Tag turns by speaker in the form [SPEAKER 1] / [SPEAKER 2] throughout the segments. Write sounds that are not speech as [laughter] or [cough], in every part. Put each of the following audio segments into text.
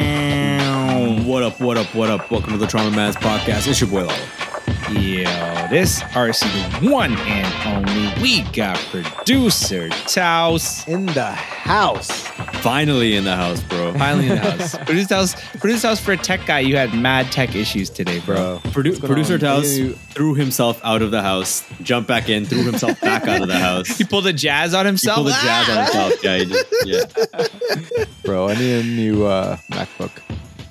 [SPEAKER 1] Ba-ba-ba-bam.
[SPEAKER 2] What up, what up, what up? Welcome to the Trauma Mads Podcast. It's your boy Lalo.
[SPEAKER 1] Yo, this RC the one and only. We got producer Taos
[SPEAKER 3] in the house.
[SPEAKER 2] Finally in the house, bro.
[SPEAKER 1] finally in the
[SPEAKER 2] [laughs]
[SPEAKER 1] house. producer Taos, producer Taos for a tech guy. You had mad tech issues today, bro.
[SPEAKER 2] Produ-
[SPEAKER 3] going
[SPEAKER 2] producer
[SPEAKER 3] on?
[SPEAKER 2] Taos
[SPEAKER 3] You-
[SPEAKER 2] threw himself out of the house, jumped back in, threw himself back out of the house.
[SPEAKER 1] [laughs] He pulled a jazz on
[SPEAKER 2] He
[SPEAKER 1] himself. Ah!
[SPEAKER 2] pulled a jazz on himself. Yeah, he
[SPEAKER 1] [laughs]
[SPEAKER 2] just, yeah.
[SPEAKER 3] Bro, I need a new uh, MacBook.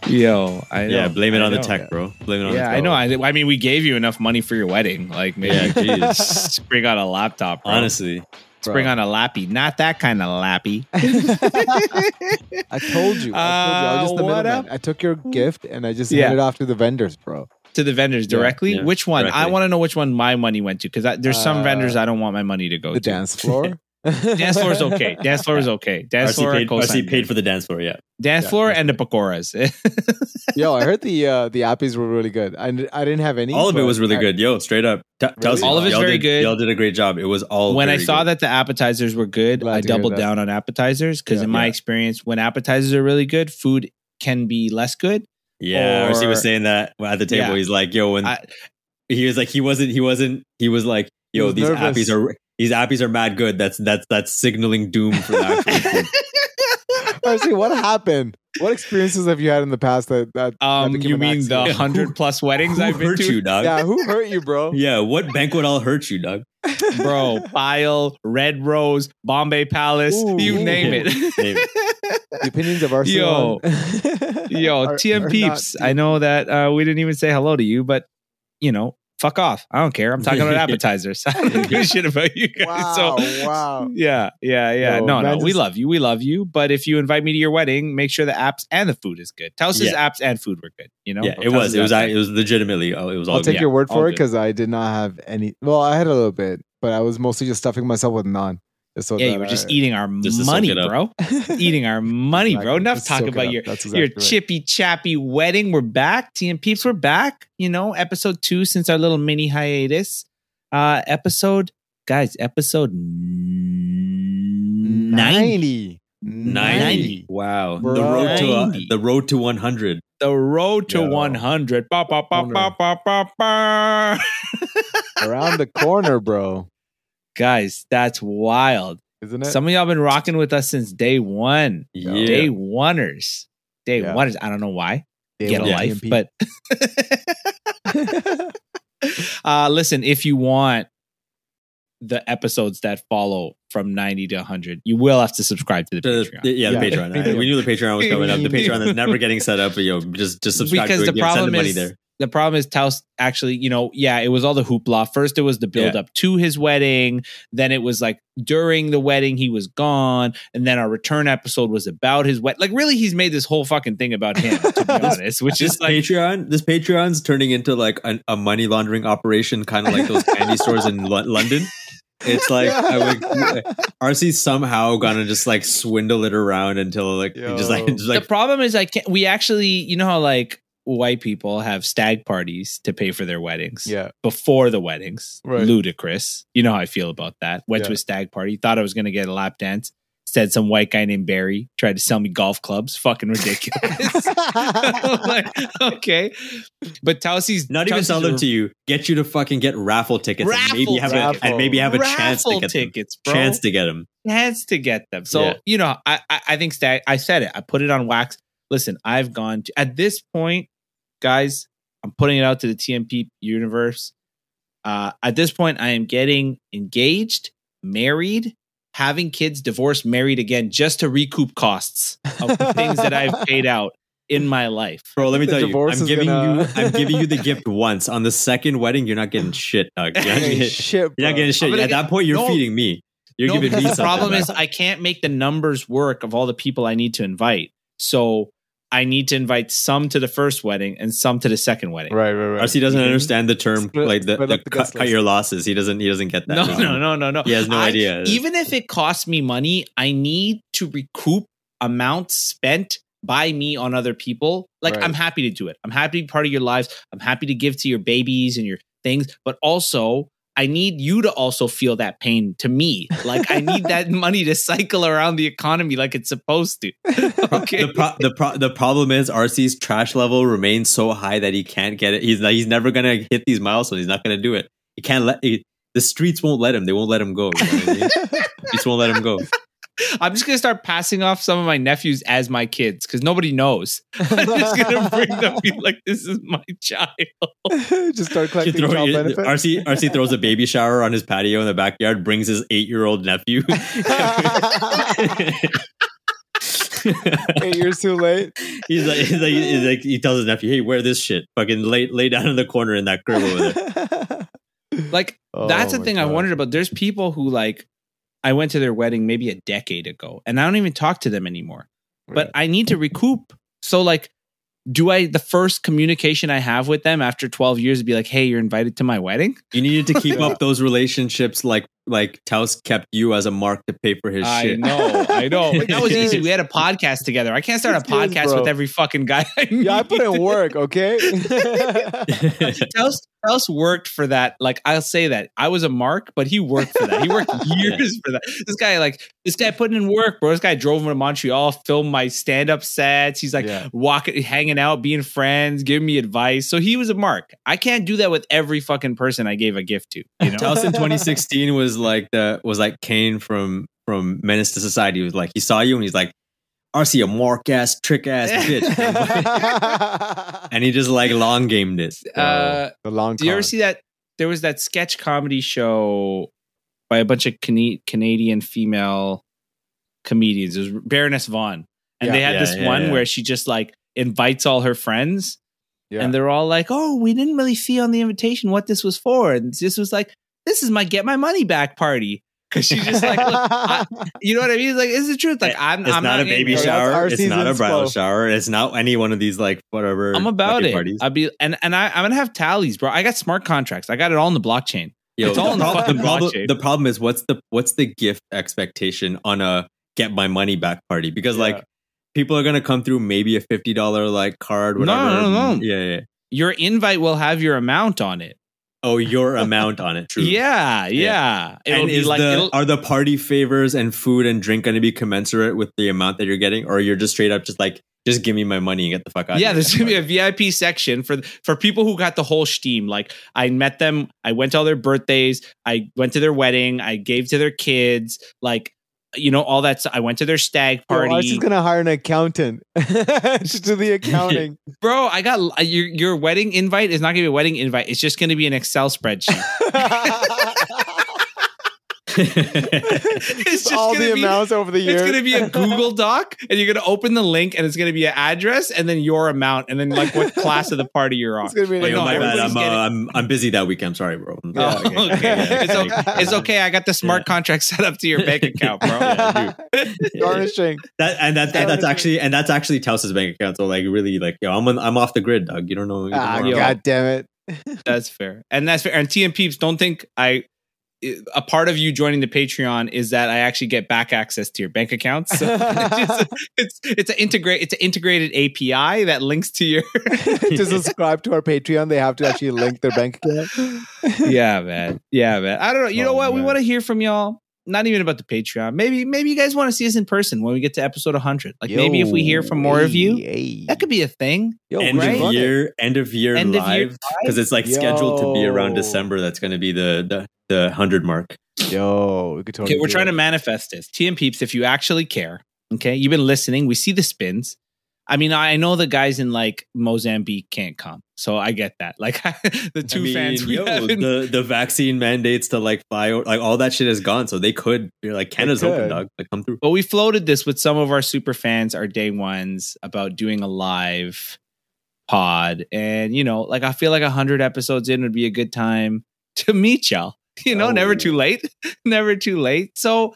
[SPEAKER 1] Yo, I know.
[SPEAKER 2] yeah, blame it
[SPEAKER 1] I
[SPEAKER 2] on the
[SPEAKER 1] know.
[SPEAKER 2] tech, bro. Blame it on
[SPEAKER 1] Yeah, I
[SPEAKER 2] the
[SPEAKER 1] know. I, I mean, we gave you enough money for your wedding. Like, maybe
[SPEAKER 2] Yeah,
[SPEAKER 1] you
[SPEAKER 2] geez.
[SPEAKER 1] just bring out a laptop. Bro.
[SPEAKER 2] Honestly,
[SPEAKER 1] Just bring on a lappy. Not that kind of
[SPEAKER 3] [laughs]
[SPEAKER 1] lappy.
[SPEAKER 3] I told you. I told you. I was just the
[SPEAKER 1] Uh, what
[SPEAKER 3] middleman.
[SPEAKER 1] up?
[SPEAKER 3] I took your gift and I just
[SPEAKER 1] Yeah.
[SPEAKER 3] handed it off to the vendors, bro.
[SPEAKER 1] to the vendors directly.
[SPEAKER 2] yeah,
[SPEAKER 1] which one? I
[SPEAKER 2] directly.
[SPEAKER 1] want to know which one my money went to because there's some
[SPEAKER 3] Uh,
[SPEAKER 1] vendors I don't want my money to go
[SPEAKER 3] The
[SPEAKER 1] to.
[SPEAKER 3] dance floor.
[SPEAKER 1] Dance floor is okay. Dance floor is okay. Dance
[SPEAKER 2] RC
[SPEAKER 1] floor, I
[SPEAKER 2] paid, RC
[SPEAKER 1] co-signed.
[SPEAKER 2] paid for the dance floor. Yeah,
[SPEAKER 1] dance
[SPEAKER 3] yeah,
[SPEAKER 1] floor and the pakoras.
[SPEAKER 3] [laughs]
[SPEAKER 1] [laughs]
[SPEAKER 3] Yo, I heard the uh, the appies were really good. I, I didn't have any.
[SPEAKER 2] all of it
[SPEAKER 3] but
[SPEAKER 2] was really
[SPEAKER 3] I-
[SPEAKER 2] good. Yo, straight up, Ta- Taos,
[SPEAKER 1] All of it's
[SPEAKER 2] y'all
[SPEAKER 1] very
[SPEAKER 2] did-
[SPEAKER 1] good.
[SPEAKER 2] Y'all did a great job. It was all
[SPEAKER 1] when I
[SPEAKER 2] Oh, very
[SPEAKER 1] saw
[SPEAKER 2] good.
[SPEAKER 1] that the appetizers were good,
[SPEAKER 3] Glad
[SPEAKER 1] I
[SPEAKER 3] to hear
[SPEAKER 1] doubled
[SPEAKER 3] that.
[SPEAKER 1] down on appetizers because
[SPEAKER 3] Yeah.
[SPEAKER 1] in my
[SPEAKER 2] Yeah.
[SPEAKER 1] experience, when appetizers are really good, food can be less good.
[SPEAKER 2] Yeah, RC
[SPEAKER 1] or-
[SPEAKER 2] was saying that at the table.
[SPEAKER 1] Yeah.
[SPEAKER 2] He's like, yo, when
[SPEAKER 1] I-
[SPEAKER 2] he was like, he wasn't, he wasn't, he was like,
[SPEAKER 3] He
[SPEAKER 2] yo,
[SPEAKER 3] was
[SPEAKER 2] these
[SPEAKER 3] nervous.
[SPEAKER 2] appies are these appies are mad good. That's that's that's signaling doom for the
[SPEAKER 1] [laughs]
[SPEAKER 2] actual food.
[SPEAKER 3] Honestly, what happened? What experiences have you had in the past that that? that
[SPEAKER 1] Um,
[SPEAKER 3] became
[SPEAKER 1] you
[SPEAKER 3] an
[SPEAKER 1] mean the
[SPEAKER 3] axiom?
[SPEAKER 1] hundred plus weddings
[SPEAKER 2] Who
[SPEAKER 1] I've been
[SPEAKER 2] hurt
[SPEAKER 1] to,
[SPEAKER 2] you, dog? Yeah.
[SPEAKER 3] Yeah, who hurt you,
[SPEAKER 2] [laughs]
[SPEAKER 3] bro?
[SPEAKER 2] what banquet all hurt you, dog? [laughs]
[SPEAKER 1] bro? Pile, Red Rose, Bombay Palace,
[SPEAKER 3] Ooh,
[SPEAKER 1] you
[SPEAKER 3] ooh.
[SPEAKER 1] name it.
[SPEAKER 2] [laughs]
[SPEAKER 1] [laughs]
[SPEAKER 2] Name it.
[SPEAKER 3] The opinions of our
[SPEAKER 1] Yo.
[SPEAKER 3] [laughs]
[SPEAKER 1] Yo, TM peeps, [laughs] I know that uh, we didn't even say hello to you, but you know, fuck off. I don't care. I'm talking
[SPEAKER 2] [laughs]
[SPEAKER 1] about appetizers. [laughs] I don't give a shit about you guys. So
[SPEAKER 3] Wow, wow.
[SPEAKER 1] yeah, yeah, yeah.
[SPEAKER 3] Yo,
[SPEAKER 1] no, no,
[SPEAKER 3] man,
[SPEAKER 1] we
[SPEAKER 3] this-
[SPEAKER 1] love you. We love you. But if you invite me to your wedding, make sure the apps and the food is good. Taos' apps and food were good. You know,
[SPEAKER 2] Yeah, it
[SPEAKER 1] Taos'
[SPEAKER 2] was, it was,
[SPEAKER 1] apps-
[SPEAKER 2] I, it was legitimately, oh, it was all
[SPEAKER 3] I'll take
[SPEAKER 2] good.
[SPEAKER 3] your word
[SPEAKER 1] all
[SPEAKER 3] for it
[SPEAKER 1] good.
[SPEAKER 3] because I did not have any. Well, I had a little bit, but I was mostly just stuffing myself with naan. Just so
[SPEAKER 1] yeah,
[SPEAKER 3] that
[SPEAKER 1] you were just
[SPEAKER 3] I- [laughs]
[SPEAKER 1] eating our
[SPEAKER 2] Just to soak
[SPEAKER 1] money,
[SPEAKER 2] it up.
[SPEAKER 1] bro. Eating
[SPEAKER 2] [laughs]
[SPEAKER 1] our money, bro.
[SPEAKER 3] Exactly.
[SPEAKER 1] Enough
[SPEAKER 3] Just
[SPEAKER 1] talking
[SPEAKER 3] soak it
[SPEAKER 1] about
[SPEAKER 3] up.
[SPEAKER 1] your
[SPEAKER 3] That's
[SPEAKER 1] your
[SPEAKER 3] exactly right.
[SPEAKER 1] chippy chappy wedding. We're back. TM peeps, we're back. You know, episode two since our little mini hiatus. Uh episode, guys, episode nine.
[SPEAKER 3] 90.
[SPEAKER 2] 90. Wow. The
[SPEAKER 3] Bro.
[SPEAKER 2] road to uh,
[SPEAKER 1] 90.
[SPEAKER 2] the road to 100.
[SPEAKER 1] The road to
[SPEAKER 3] Yo.
[SPEAKER 1] one hundred. Ba, ba, ba, ba, ba, ba, ba.
[SPEAKER 3] Around the corner, bro.
[SPEAKER 1] Guys, that's wild.
[SPEAKER 3] Isn't it?
[SPEAKER 1] Some of y'all been rocking with us since day one.
[SPEAKER 2] Yeah.
[SPEAKER 1] Day oneers. Day
[SPEAKER 3] Yeah.
[SPEAKER 1] oneers. I don't know why.
[SPEAKER 3] They
[SPEAKER 1] get a
[SPEAKER 3] want
[SPEAKER 1] life.
[SPEAKER 3] TMP.
[SPEAKER 1] But [laughs] uh, listen, if you want the episodes that follow from 90 to 100, you will have to subscribe to the
[SPEAKER 2] The-
[SPEAKER 1] Patreon.
[SPEAKER 2] the- yeah, the
[SPEAKER 3] Yeah.
[SPEAKER 2] Patreon.
[SPEAKER 1] [laughs]
[SPEAKER 2] I- we knew the Patreon was coming up. The Patreon that's never getting set up. But yo, just
[SPEAKER 1] [laughs]
[SPEAKER 2] just subscribe
[SPEAKER 1] Because
[SPEAKER 2] to it.
[SPEAKER 1] the
[SPEAKER 2] Give- send
[SPEAKER 1] problem
[SPEAKER 2] the money
[SPEAKER 1] is-
[SPEAKER 2] there.
[SPEAKER 1] the problem is Taos actually, you know, yeah, it was all the hoopla. First, it was the build up to his wedding. Then it was like during the wedding, he was gone. And then our return episode was about his wedding. Like, really, he's made this whole fucking thing about him, to be honest, which
[SPEAKER 2] this
[SPEAKER 1] is like,
[SPEAKER 2] Patreon, this Patreon's turning into like an, a money laundering operation, kind of like those candy stores in L- London. It's like I would, RC somehow gonna just like swindle it around until like
[SPEAKER 3] Yo.
[SPEAKER 2] just like just
[SPEAKER 1] the
[SPEAKER 2] like
[SPEAKER 1] problem is I can't. We actually, you know how like white people have stag parties to pay for their weddings [laughs]
[SPEAKER 3] Yeah. [laughs]
[SPEAKER 1] before the weddings.
[SPEAKER 3] Right.
[SPEAKER 1] Ludicrous. You know how I feel about that. Went to
[SPEAKER 3] Yeah.
[SPEAKER 1] a stag party, thought I was going to get a lap dance. Said some white guy named Barry tried to sell me golf clubs. Fucking
[SPEAKER 3] [laughs]
[SPEAKER 1] ridiculous. [laughs] I'm like, okay, but Tausi's
[SPEAKER 2] not even sell them to you. Get you to fucking get raffle tickets
[SPEAKER 1] Raffle
[SPEAKER 2] and maybe have
[SPEAKER 3] tickets.
[SPEAKER 2] a and maybe have a chance to
[SPEAKER 1] raffle
[SPEAKER 2] get them.
[SPEAKER 1] tickets, bro.
[SPEAKER 2] Chance to get them.
[SPEAKER 1] chance to get them. So
[SPEAKER 2] Yeah.
[SPEAKER 1] you know, I, I I think stag. I said it. I put it on wax. Listen, I've gone to at this point, guys. I'm putting it out to the TMP universe. Uh, at this point, I am getting engaged, married, having kids, divorced, married again, just to recoup costs of the things that
[SPEAKER 2] [laughs]
[SPEAKER 1] I've paid out in my life.
[SPEAKER 2] Bro, let me
[SPEAKER 3] The
[SPEAKER 2] tell you,
[SPEAKER 3] divorce
[SPEAKER 2] I'm
[SPEAKER 3] is
[SPEAKER 2] giving
[SPEAKER 3] gonna-
[SPEAKER 2] you, I'm giving
[SPEAKER 3] [laughs]
[SPEAKER 2] you the gift once. On the second wedding, you're not getting shit, dog. You're not
[SPEAKER 3] Hey,
[SPEAKER 2] getting,
[SPEAKER 3] shit,
[SPEAKER 2] you're not
[SPEAKER 3] bro.
[SPEAKER 2] getting
[SPEAKER 1] I'm
[SPEAKER 2] shit.
[SPEAKER 1] gonna
[SPEAKER 2] At
[SPEAKER 1] get-
[SPEAKER 2] that point, you're
[SPEAKER 1] No.
[SPEAKER 2] feeding me. You're
[SPEAKER 1] No,
[SPEAKER 2] giving me
[SPEAKER 1] because
[SPEAKER 2] something.
[SPEAKER 1] The problem
[SPEAKER 2] back.
[SPEAKER 1] is I can't make the numbers work of all the people I need to invite. So I need to invite some to the first wedding and some to the second wedding.
[SPEAKER 3] Right, right, right. [laughs]
[SPEAKER 2] RC doesn't
[SPEAKER 3] Mhm.
[SPEAKER 2] understand the term
[SPEAKER 3] Split-
[SPEAKER 2] like the,
[SPEAKER 3] split
[SPEAKER 2] the
[SPEAKER 3] up the
[SPEAKER 2] cut,
[SPEAKER 3] guest
[SPEAKER 2] cut your losses. He doesn't he doesn't [laughs] get that.
[SPEAKER 1] No, no, no, no, no.
[SPEAKER 2] He has no
[SPEAKER 1] I-
[SPEAKER 2] idea.
[SPEAKER 1] Even if it costs me money, I need to recoup amounts spent by me on other people. Like
[SPEAKER 3] Right.
[SPEAKER 1] I'm happy to do it. I'm happy to be part of your lives. I'm happy to give to your babies and your things, but also I need you to also feel that pain to me. Like I need
[SPEAKER 2] [laughs]
[SPEAKER 1] that money to cycle around the economy like it's supposed to. Okay.
[SPEAKER 2] The, pro- the, pro- the problem is RC's trash level remains so high that he can't get it. He's not, he's never gonna hit these milestones. He's not gonna do it. He can't let he- the streets won't let him. They won't let him go. You know what I mean? just won't let
[SPEAKER 3] [laughs]
[SPEAKER 2] him go.
[SPEAKER 1] I'm just gonna start passing off some of my nephews as my kids because nobody knows. I'm just gonna bring
[SPEAKER 2] [laughs]
[SPEAKER 1] them be like this is my child.
[SPEAKER 3] [laughs] Just start
[SPEAKER 2] You
[SPEAKER 3] collecting
[SPEAKER 2] throw-
[SPEAKER 3] child
[SPEAKER 2] you-
[SPEAKER 3] benefit.
[SPEAKER 2] RC RC throws a baby shower on his patio in the backyard. Brings his eight year old
[SPEAKER 3] [laughs]
[SPEAKER 2] nephew. [laughs]
[SPEAKER 3] Eight years too late.
[SPEAKER 2] he's like, he's like, he's like, he tells his nephew, "Hey, wear this shit. Fucking lay, lay down in the corner in that crib over there."
[SPEAKER 3] [laughs]
[SPEAKER 1] Like that's
[SPEAKER 3] Oh
[SPEAKER 1] the thing I wondered about. There's people who like I went to their wedding maybe a decade ago and I don't even talk to them anymore. But I need to recoup. So like do I the first communication I have with them after 12 years be like, "Hey, you're invited to my wedding?"
[SPEAKER 2] You needed to keep
[SPEAKER 1] [laughs]
[SPEAKER 3] Yeah.
[SPEAKER 2] up those relationships, like like Taos kept you as a mark to pay for his shit.
[SPEAKER 1] know, I know. But that was
[SPEAKER 2] Yes.
[SPEAKER 1] easy. We had a podcast together. I can't start a
[SPEAKER 3] It's good,
[SPEAKER 1] podcast
[SPEAKER 3] bro.
[SPEAKER 1] with every fucking guy. I
[SPEAKER 3] Yeah, I put
[SPEAKER 1] meet.
[SPEAKER 3] in work, [laughs] okay?
[SPEAKER 1] Taos, Taos worked for that. Like I'll say that I was a mark, but he worked for that. He worked years for that. This guy, like this guy, putting in work, bro. This guy drove him to Montreal, filmed my stand up sets. He's like [laughs]
[SPEAKER 3] Yeah.
[SPEAKER 1] walking, hanging out, being friends, giving me advice. So he was a mark. I can't do that with every fucking person I gave a gift to. You know,
[SPEAKER 2] [laughs] Taos in 2016 was like the was like Kane from from Menace to Society. He was like he saw you and he's like, RC a mark ass
[SPEAKER 1] [laughs]
[SPEAKER 2] trick ass bitch, [laughs] and he just like long gamed it.
[SPEAKER 1] uh,
[SPEAKER 3] [laughs] the long
[SPEAKER 1] do you ever
[SPEAKER 3] con.
[SPEAKER 1] see that? There was that sketch comedy show by a bunch of Cana- Canadian female comedians. It was Baroness Vaughn. And
[SPEAKER 3] Yeah.
[SPEAKER 1] they had
[SPEAKER 2] Yeah,
[SPEAKER 1] this
[SPEAKER 2] yeah,
[SPEAKER 1] one
[SPEAKER 2] yeah.
[SPEAKER 1] where she just like invites all her friends
[SPEAKER 3] Yeah.
[SPEAKER 1] and they're all like, oh, we didn't really see on the invitation what this was for. And this was like, this is my get my money back party. Cause she's just like, look,
[SPEAKER 3] [laughs]
[SPEAKER 1] I- you know what I mean? Like, it's the truth. Like, I'm,
[SPEAKER 2] It's
[SPEAKER 1] I'm
[SPEAKER 2] not, a
[SPEAKER 1] in
[SPEAKER 2] baby
[SPEAKER 1] there.
[SPEAKER 3] That's
[SPEAKER 2] shower.
[SPEAKER 3] our
[SPEAKER 2] It's not a
[SPEAKER 3] season's
[SPEAKER 2] bridal
[SPEAKER 3] flow.
[SPEAKER 2] shower. It's not any one of these like whatever.
[SPEAKER 1] I'm about
[SPEAKER 2] fucking
[SPEAKER 1] it. I'll be and and I, I'm gonna have tallies, bro. I got smart contracts. I got it all in the blockchain.
[SPEAKER 2] Yo,
[SPEAKER 1] It's all in the
[SPEAKER 2] prob-
[SPEAKER 1] fucking
[SPEAKER 2] problem,
[SPEAKER 1] blockchain.
[SPEAKER 2] the problem is what's the what's the gift expectation on a get my money back party? Because
[SPEAKER 3] Yeah.
[SPEAKER 2] like people are gonna come through maybe a fifty dollar like card,
[SPEAKER 1] No,
[SPEAKER 2] whatever.
[SPEAKER 1] no, no.
[SPEAKER 2] Yeah, yeah.
[SPEAKER 1] Your invite will have your amount on it.
[SPEAKER 2] Oh,
[SPEAKER 1] [laughs]
[SPEAKER 2] your amount on it. True.
[SPEAKER 1] Yeah, yeah. It'll
[SPEAKER 2] and
[SPEAKER 1] be
[SPEAKER 2] is
[SPEAKER 1] like
[SPEAKER 2] the
[SPEAKER 1] it'll,
[SPEAKER 2] are the party favors and food and drink going to be commensurate with the amount that you're getting, or you're just straight up just like just give me my money and get the fuck out?
[SPEAKER 1] yeah.
[SPEAKER 2] of here?
[SPEAKER 1] There's gonna be a VIP section for for people who got the whole steam. Like I met them. I went to all their birthdays. I went to their wedding. I gave to their kids. Like you know all that. stuff. I went to their stag
[SPEAKER 3] Yo,
[SPEAKER 1] party.
[SPEAKER 3] Archie's gonna hire an accountant [laughs] to
[SPEAKER 1] [laughs]
[SPEAKER 3] do the accounting.
[SPEAKER 1] Bro, I got I- your your wedding invite is not gonna be a wedding invite. It's just gonna be an Excel spreadsheet. [laughs]
[SPEAKER 2] [laughs]
[SPEAKER 1] it's just
[SPEAKER 3] all
[SPEAKER 1] gonna
[SPEAKER 3] the
[SPEAKER 1] be-
[SPEAKER 3] amounts over the year.
[SPEAKER 1] It's gonna be a Google Doc, and you're gonna open the link, and it's gonna be an address, and then your amount, and then like what class of the party you're on.
[SPEAKER 3] It's gonna be an
[SPEAKER 1] But
[SPEAKER 2] Hey,
[SPEAKER 1] no,
[SPEAKER 2] oh my bad.
[SPEAKER 1] everybody's
[SPEAKER 2] I'm, uh,
[SPEAKER 1] getting-
[SPEAKER 2] I'm I'm busy that week. I'm sorry, bro. I'm
[SPEAKER 3] Yeah.
[SPEAKER 2] sorry. [laughs]
[SPEAKER 1] Oh, okay. It's, okay. it's okay. I got the smart contract set up to your bank account, bro.
[SPEAKER 2] Yeah,
[SPEAKER 1] [laughs]
[SPEAKER 3] [laughs] garnishing.
[SPEAKER 2] That and that,
[SPEAKER 3] Yeah.
[SPEAKER 2] that's actually and that's actually Taus's bank account. So like really like yo, I'm on, I'm off the grid, dog. You don't know. You don't
[SPEAKER 3] Ah,
[SPEAKER 2] know where I'm
[SPEAKER 3] God damn it.
[SPEAKER 1] That's fair, and that's fair. And TM peeps, don't think I. A part of you joining the Patreon is that I actually get back access to your bank accounts. [laughs]
[SPEAKER 3] [laughs]
[SPEAKER 1] So it's it's it's an integrate it's an integrated API that links to your
[SPEAKER 3] [laughs] to subscribe to our Patreon, they have to actually link their bank account.
[SPEAKER 1] yeah, man. Yeah, man. I don't know. You know
[SPEAKER 3] Oh,
[SPEAKER 1] what? We
[SPEAKER 3] man.
[SPEAKER 1] want to hear from y'all. Not even about the Patreon. Maybe, maybe you guys want to see us in person when we get to episode 100. Like maybe if we hear from more of you, that could be a thing.
[SPEAKER 3] Yo,
[SPEAKER 2] end
[SPEAKER 1] right?
[SPEAKER 2] of year end of year
[SPEAKER 1] End of year
[SPEAKER 2] live because it's like scheduled to be around
[SPEAKER 3] Yo.
[SPEAKER 2] December. That's going to be the the, the hundred mark.
[SPEAKER 3] Yo, we could totally
[SPEAKER 1] Okay, we're
[SPEAKER 3] do
[SPEAKER 1] trying
[SPEAKER 3] it.
[SPEAKER 1] to manifest this. TM peeps, if you actually care, okay, you've been listening. We see the spins. I mean, I know the guys in like Mozambique can't come, so I get that. Like [laughs] the two
[SPEAKER 2] I mean,
[SPEAKER 1] fans we
[SPEAKER 2] yo,
[SPEAKER 1] have in
[SPEAKER 2] the the vaccine mandates to like fly o- like all that shit is gone. So they could you're like Canada's open,
[SPEAKER 3] could.
[SPEAKER 2] dog. Like come through.
[SPEAKER 1] But we floated this with some of our super fans, our day ones, about doing a live pod. And, you know, like I feel like 100 episodes in would be a good time [laughs] to meet y'all. You know,
[SPEAKER 3] Oh.
[SPEAKER 1] never too late. [laughs] never too late. So,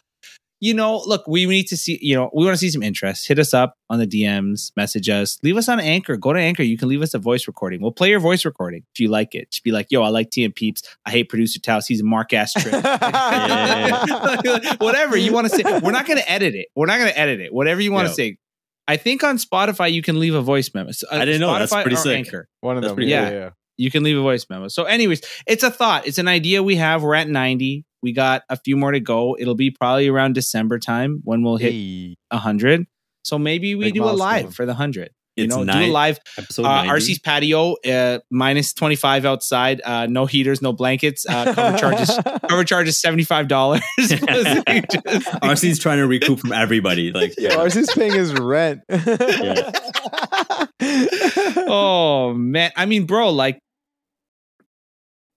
[SPEAKER 1] you know, look, we need to see, you know, we want to see some interest. Hit us up on the DMs, message us, leave us on Anchor. Go to Anchor. You can leave us a voice recording. We'll play your voice recording if you like it. Just be like, yo, I like T and Peeps. I hate producer Taos. He's a mark ass trick.
[SPEAKER 3] [laughs]
[SPEAKER 1] [laughs] whatever you want to say. We're not going to edit it. We're not going to edit it. Whatever you want
[SPEAKER 2] Yeah.
[SPEAKER 1] to say. I think on Spotify you can leave a voice memo. S- uh,
[SPEAKER 2] I didn't know.
[SPEAKER 1] Spotify
[SPEAKER 2] That's pretty
[SPEAKER 1] or
[SPEAKER 2] sick.
[SPEAKER 1] Anchor.
[SPEAKER 3] One of
[SPEAKER 2] That's
[SPEAKER 3] them.
[SPEAKER 2] pretty
[SPEAKER 3] Yeah,
[SPEAKER 1] cool.
[SPEAKER 3] yeah.
[SPEAKER 1] You can leave a voice memo. So, anyways, it's a thought. It's an idea we have. We're at 90. We got a few more to go. It'll be probably around December time when we'll hit
[SPEAKER 3] Hey.
[SPEAKER 1] 100. So maybe we
[SPEAKER 3] Big
[SPEAKER 1] do a
[SPEAKER 3] milestone.
[SPEAKER 1] live for the 100. You
[SPEAKER 2] It's
[SPEAKER 1] know, do
[SPEAKER 2] nine-
[SPEAKER 1] a live
[SPEAKER 2] Episode
[SPEAKER 1] uh,
[SPEAKER 2] 90.
[SPEAKER 1] RC's patio, uh, minus 25 outside, uh, no heaters, no blankets. Uh,
[SPEAKER 3] [laughs]
[SPEAKER 1] cover charges cover charges [laughs] $75.
[SPEAKER 2] RC's trying to recoup from [laughs] everybody. Like,
[SPEAKER 3] Yo, RC's paying his [laughs] rent.
[SPEAKER 1] oh man. I mean, bro, like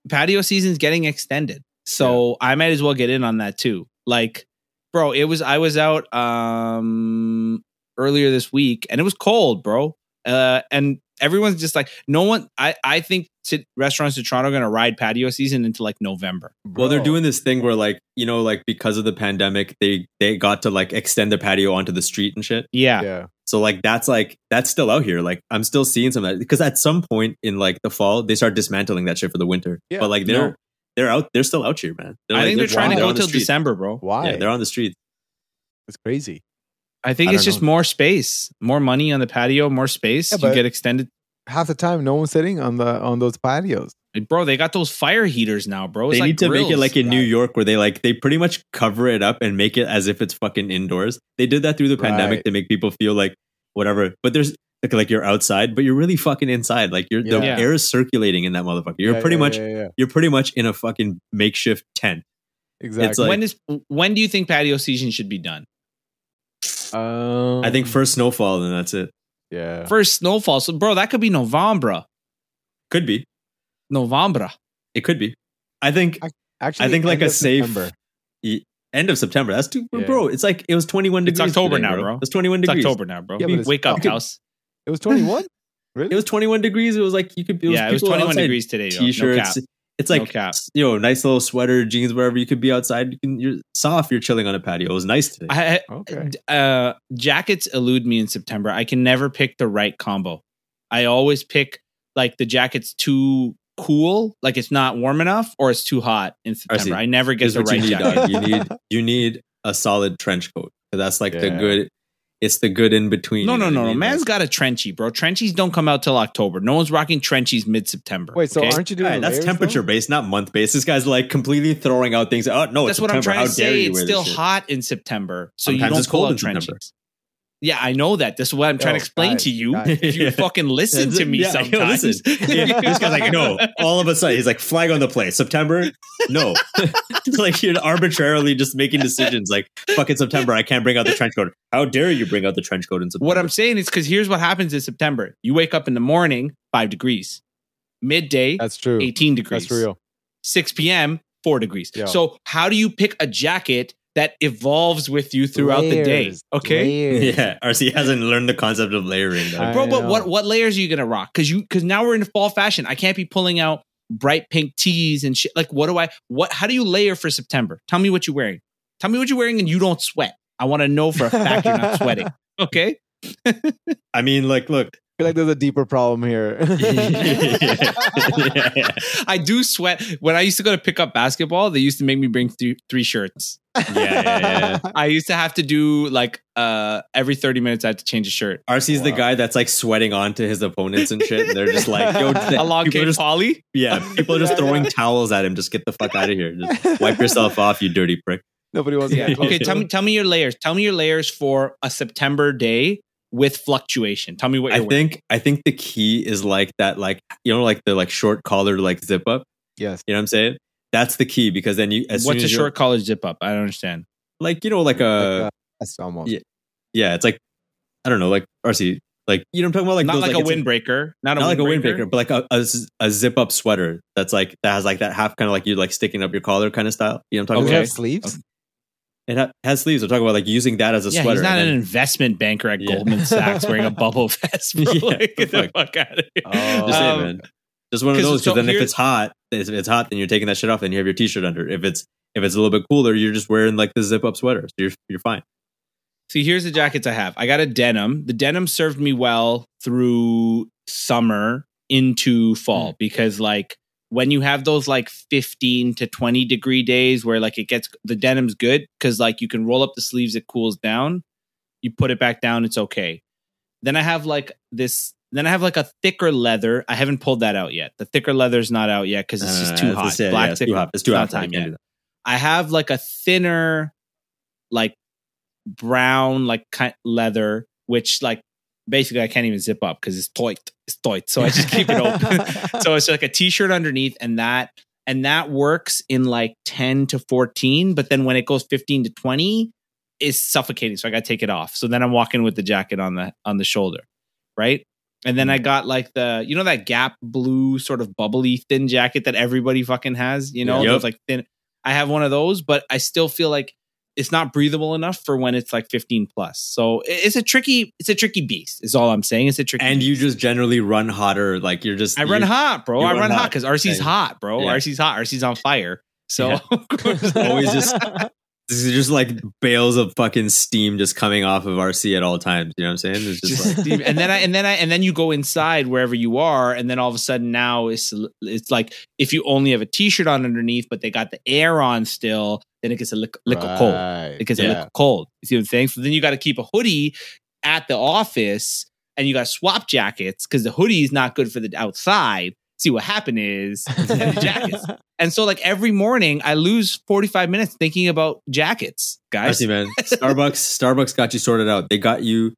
[SPEAKER 1] patio season's getting extended. So I might as well get in on that too. Like, bro, it was I was out um earlier this week and it was cold, bro. Uh and everyone's just like no one I I think to, restaurants in Toronto are going to ride patio season into like November.
[SPEAKER 2] well, they're
[SPEAKER 3] Bro.
[SPEAKER 2] doing this thing where, like, you know, like because of the pandemic, they they got to like extend the patio onto the street and shit.
[SPEAKER 1] Yeah.
[SPEAKER 3] Yeah.
[SPEAKER 2] So like that's like that's still out here. Like I'm still seeing some of that because at some point in like the fall, they start dismantling that shit for the winter.
[SPEAKER 3] Yeah.
[SPEAKER 2] but like they're
[SPEAKER 1] No.
[SPEAKER 2] they're out. They're still out here, man.
[SPEAKER 1] I
[SPEAKER 2] like,
[SPEAKER 1] think they're trying to
[SPEAKER 3] wild.
[SPEAKER 2] they're
[SPEAKER 1] go
[SPEAKER 2] on the
[SPEAKER 1] till
[SPEAKER 2] street.
[SPEAKER 1] December, bro.
[SPEAKER 3] Why?
[SPEAKER 2] Yeah, they're on the streets.
[SPEAKER 3] it's crazy.
[SPEAKER 1] I think
[SPEAKER 3] I
[SPEAKER 1] it's
[SPEAKER 3] don't
[SPEAKER 1] just
[SPEAKER 3] know.
[SPEAKER 1] more space, more money on the patio, more space.
[SPEAKER 3] Yeah,
[SPEAKER 1] you
[SPEAKER 3] but-
[SPEAKER 1] get extended.
[SPEAKER 3] Half the time, no one's sitting on the on those patios.
[SPEAKER 1] Like, bro, they got those fire heaters now, bro. It's
[SPEAKER 2] they
[SPEAKER 1] like
[SPEAKER 2] need to make it
[SPEAKER 1] grills.
[SPEAKER 2] like in New
[SPEAKER 3] Right.
[SPEAKER 2] York where they like they pretty much cover it up and make it as if it's fucking indoors. They did that through the pandemic
[SPEAKER 3] Right.
[SPEAKER 2] to make people feel like whatever. But there's like, like you're outside, but you're really fucking inside. Like you're the
[SPEAKER 1] Yeah.
[SPEAKER 2] air is circulating in that motherfucker. You're
[SPEAKER 3] Yeah,
[SPEAKER 2] pretty
[SPEAKER 3] yeah,
[SPEAKER 2] much
[SPEAKER 3] yeah, yeah.
[SPEAKER 2] you're pretty much in a fucking makeshift tent.
[SPEAKER 3] exactly.
[SPEAKER 2] like-
[SPEAKER 1] when is when do you think patio season should be done?
[SPEAKER 3] um,
[SPEAKER 2] I
[SPEAKER 1] Mm.
[SPEAKER 2] think first snowfall, then that's it.
[SPEAKER 3] Yeah.
[SPEAKER 1] First snowfall, so bro, that could be November,
[SPEAKER 2] Could be.
[SPEAKER 1] November.
[SPEAKER 2] It could be. I think
[SPEAKER 3] Actually,
[SPEAKER 2] I think, like,
[SPEAKER 3] end
[SPEAKER 2] a
[SPEAKER 3] of
[SPEAKER 2] safe-
[SPEAKER 3] September.
[SPEAKER 2] end of September. That's too,
[SPEAKER 3] Yeah.
[SPEAKER 2] bro. It's like it was 21
[SPEAKER 1] It's
[SPEAKER 2] degrees.
[SPEAKER 1] October
[SPEAKER 2] today,
[SPEAKER 1] now, bro.
[SPEAKER 2] It's 21
[SPEAKER 1] It's
[SPEAKER 2] degrees.
[SPEAKER 1] October now, bro.
[SPEAKER 3] Yeah, but it's-
[SPEAKER 1] Wake up,
[SPEAKER 3] you could-
[SPEAKER 1] house.
[SPEAKER 3] It
[SPEAKER 2] [laughs]
[SPEAKER 3] was twenty one.
[SPEAKER 2] It was 21 degrees. It was like you could. It was
[SPEAKER 1] yeah, it was
[SPEAKER 2] people
[SPEAKER 1] 21
[SPEAKER 2] outside
[SPEAKER 1] degrees today. yo. No
[SPEAKER 2] T-shirts.
[SPEAKER 1] cap.
[SPEAKER 2] it's like
[SPEAKER 1] No cap.
[SPEAKER 2] you know, nice little sweater, jeans, whatever. You could be outside. You can, you're soft. You're chilling on a patio. It was nice today.
[SPEAKER 1] I,
[SPEAKER 3] Okay.
[SPEAKER 1] uh, jackets elude me in September. I can never pick the right combo. I always pick like the jacket's too cool, like it's not warm enough, or it's too hot in September. I never get
[SPEAKER 2] Here's
[SPEAKER 1] the
[SPEAKER 2] what
[SPEAKER 1] right
[SPEAKER 2] you need,
[SPEAKER 1] jacket.
[SPEAKER 2] dog. You need you need a solid trench coat. That's like the
[SPEAKER 3] Yeah.
[SPEAKER 2] good. It's the good in between.
[SPEAKER 1] No,
[SPEAKER 2] [laughs] you know
[SPEAKER 1] no,
[SPEAKER 2] what I
[SPEAKER 1] no, no.
[SPEAKER 2] mean?
[SPEAKER 1] Man's
[SPEAKER 2] Like,
[SPEAKER 1] got a trenchy, bro. Trenchies don't come out till October. No one's rocking trenchies mid September.
[SPEAKER 3] Wait, so aren't you doing
[SPEAKER 2] all right, that's
[SPEAKER 3] layers, though?
[SPEAKER 2] temperature based, not month based. This guy's like completely throwing out things. Oh no,
[SPEAKER 1] that's
[SPEAKER 2] it's
[SPEAKER 1] what I'm
[SPEAKER 2] September.
[SPEAKER 1] trying to
[SPEAKER 2] How dare
[SPEAKER 1] say.
[SPEAKER 2] you
[SPEAKER 1] It's
[SPEAKER 2] wear this
[SPEAKER 1] still
[SPEAKER 2] shit.
[SPEAKER 1] hot in September, so you
[SPEAKER 2] Sometimes
[SPEAKER 1] don't
[SPEAKER 2] it's
[SPEAKER 1] pull
[SPEAKER 2] cold
[SPEAKER 1] out
[SPEAKER 2] in September. Oh,
[SPEAKER 1] trenchies. Yeah, I know that. This is what I'm trying
[SPEAKER 3] Yo,
[SPEAKER 1] to explain
[SPEAKER 3] guys,
[SPEAKER 1] to you.
[SPEAKER 3] guys.
[SPEAKER 1] [laughs] If you fucking listen
[SPEAKER 2] Yeah,
[SPEAKER 1] to me
[SPEAKER 2] yeah, [laughs] yo,
[SPEAKER 1] sometimes,
[SPEAKER 2] listen. [laughs] Yeah, this guy's like, no. All of a sudden, he's like, flag on the play. September, no. [laughs] It's like you're arbitrarily just making decisions. Like, fucking September, I can't bring out the trench coat. How dare you bring out the trench coat in September?
[SPEAKER 1] What I'm saying is because here's what happens in September. You wake up in the morning, five degrees. Midday,
[SPEAKER 3] That's true.
[SPEAKER 1] 18 degrees.
[SPEAKER 3] That's real.
[SPEAKER 1] 6 p.m., four degrees.
[SPEAKER 3] Yeah.
[SPEAKER 1] So how do you pick a jacket that evolves with you throughout the day?
[SPEAKER 3] Layers,
[SPEAKER 1] Okay.
[SPEAKER 3] layers.
[SPEAKER 2] yeah, RC hasn't learned the concept of layering. Though.
[SPEAKER 3] I-
[SPEAKER 1] Bro, but
[SPEAKER 3] know.
[SPEAKER 1] what what layers are you gonna rock? Cause you cause now we're in fall fashion. I can't be pulling out bright pink tees and shit. Like, what do I what how do you layer for September? Tell me what you're wearing. Tell me what you're wearing and you don't sweat. I want to know for a fact you're not
[SPEAKER 3] [laughs]
[SPEAKER 1] sweating. Okay.
[SPEAKER 2] I mean, like, look,
[SPEAKER 3] I feel like there's a deeper
[SPEAKER 1] [laughs]
[SPEAKER 3] problem here. [laughs]
[SPEAKER 2] yeah,
[SPEAKER 1] I do sweat. When I used to go to pick up basketball, they used to make me bring th- three shirts.
[SPEAKER 2] yeah.
[SPEAKER 1] I used to have to do like uh every 30 minutes I had to change a shirt.
[SPEAKER 2] RC's the
[SPEAKER 3] Wow.
[SPEAKER 2] guy that's like sweating onto his opponents and shit. And they're just
[SPEAKER 1] [laughs]
[SPEAKER 2] like, yo,
[SPEAKER 1] Along
[SPEAKER 2] people are
[SPEAKER 1] came
[SPEAKER 2] just,
[SPEAKER 1] Polly.
[SPEAKER 2] [laughs] yeah, people are just
[SPEAKER 3] Yeah,
[SPEAKER 2] throwing
[SPEAKER 3] yeah.
[SPEAKER 2] towels at him. Just get the fuck out of here. Just wipe yourself off, you dirty prick.
[SPEAKER 3] [laughs] Nobody wants
[SPEAKER 1] Yeah.
[SPEAKER 3] to.
[SPEAKER 1] Okay. Tell me. Tell me your layers. Tell me your layers for a September day with fluctuation. Tell me what
[SPEAKER 2] I
[SPEAKER 1] you're wearing.
[SPEAKER 2] think I think the key is like that like you know like the like short collar like zip up.
[SPEAKER 3] Yes.
[SPEAKER 2] You know what I'm saying? That's the key because then you as
[SPEAKER 1] What's
[SPEAKER 2] soon
[SPEAKER 1] a
[SPEAKER 2] as you're-
[SPEAKER 1] short college zip up? I don't understand.
[SPEAKER 2] like you know like a
[SPEAKER 3] Like, uh, That's almost.
[SPEAKER 2] Yeah. yeah it's like I don't know like RC like you know what I'm talking about like
[SPEAKER 1] not
[SPEAKER 2] those,
[SPEAKER 1] like, a
[SPEAKER 2] it's
[SPEAKER 1] windbreaker. Not a
[SPEAKER 2] not like a
[SPEAKER 1] windbreaker.
[SPEAKER 2] windbreaker but like a, a, zip up sweater that's like that has like that half kind of like you like sticking up your collar kind of style. You know what
[SPEAKER 3] Does
[SPEAKER 2] I'm talking
[SPEAKER 3] it
[SPEAKER 1] Okay.
[SPEAKER 3] have sleeves?
[SPEAKER 2] about? It ha- has sleeves. I'm talking about like using that as a
[SPEAKER 1] Yeah,
[SPEAKER 2] sweater.
[SPEAKER 1] he's not an
[SPEAKER 2] and
[SPEAKER 1] investment banker at
[SPEAKER 2] Yeah.
[SPEAKER 1] Goldman Sacks wearing a bubble
[SPEAKER 2] [laughs]
[SPEAKER 1] vest. Bro.
[SPEAKER 2] Yeah,
[SPEAKER 1] Like, get the
[SPEAKER 2] fuck.
[SPEAKER 1] fuck out of here.
[SPEAKER 2] then- just saying,
[SPEAKER 1] um,
[SPEAKER 2] man. Just one of
[SPEAKER 1] 'cause
[SPEAKER 2] those.
[SPEAKER 1] so
[SPEAKER 2] Because then if
[SPEAKER 1] here-
[SPEAKER 2] it's hot, if it's hot, then you're taking that shit off, and you have your t-shirt under. If it's if it's a little bit cooler, you're just wearing like the zip up sweater. So you're you're fine.
[SPEAKER 1] See, here's the jackets I have. I got a denim. The denim served me well through summer into fall
[SPEAKER 2] Mm.
[SPEAKER 1] because, like, when you have those like 15 to 20 degree days where like it gets the denim's good because like you can roll up the sleeves, it cools down, you put it back down, it's okay. Then I have like this And then I have like a thicker leather. I haven't pulled that out yet. The thicker leather's not out yet because it's just
[SPEAKER 2] Uh,
[SPEAKER 1] too
[SPEAKER 2] that's-
[SPEAKER 1] hot.
[SPEAKER 2] yeah,
[SPEAKER 1] Black
[SPEAKER 2] yeah, it's
[SPEAKER 1] thicker-
[SPEAKER 2] too hot. It's too
[SPEAKER 1] not
[SPEAKER 2] hot.
[SPEAKER 1] time
[SPEAKER 2] I can't
[SPEAKER 1] yet.
[SPEAKER 2] do that.
[SPEAKER 1] I have like a thinner, like brown, like kind leather, which like basically I can't even zip up because it's tight. It's tight. So I just keep it
[SPEAKER 3] [laughs]
[SPEAKER 1] open. [laughs] so it's like a t-shirt underneath, and that and that works in like ten to fourteen. But then when it goes fifteen to twenty, it's suffocating. So I got to take it off. So then I'm walking with the jacket on the on the shoulder, right? And then I
[SPEAKER 2] Mm-hmm.
[SPEAKER 1] got like the you know that Gap blue sort of bubbly thin jacket that everybody fucking has. You know,
[SPEAKER 2] Yep.
[SPEAKER 1] those like thin. I have one of those, but I still feel like it's not breathable enough for when it's like 15 plus. So i- it's a tricky, it's a tricky beast. Is all I'm saying. It's a tricky.
[SPEAKER 2] And
[SPEAKER 1] beast.
[SPEAKER 2] you just generally run hotter. Like you're just
[SPEAKER 1] I run
[SPEAKER 2] you-
[SPEAKER 1] hot, bro.
[SPEAKER 2] you
[SPEAKER 1] I
[SPEAKER 2] run
[SPEAKER 1] run hot
[SPEAKER 2] hot.
[SPEAKER 1] because RC's
[SPEAKER 2] Yeah.
[SPEAKER 1] hot, bro.
[SPEAKER 2] Yeah.
[SPEAKER 1] RC's hot. RC's on fire. So
[SPEAKER 2] Yeah.
[SPEAKER 1] [laughs]
[SPEAKER 2] [laughs] Always just- This is just like bales of fucking steam just coming off of RC at all times. You know what I'm saying? It's just,
[SPEAKER 1] just [laughs]
[SPEAKER 2] like
[SPEAKER 1] leave- and then I and then I and then you go inside wherever you are, and then all of a sudden now it's it's like if you only have a t-shirt on underneath, but they got the air on still, then it gets a lick, lick of cold.
[SPEAKER 3] Right.
[SPEAKER 1] It gets a
[SPEAKER 2] Yeah.
[SPEAKER 1] lick cold. You see what I'm saying? So then you got to keep a hoodie at the office, and you got to swap jackets because the hoodie is not good for the outside. See what happened is [laughs] and the jackets. And so like every morning I lose 45 minutes thinking about jackets, guys. [laughs]
[SPEAKER 2] RC man. Starbucks Starbucks got you sorted out. They got you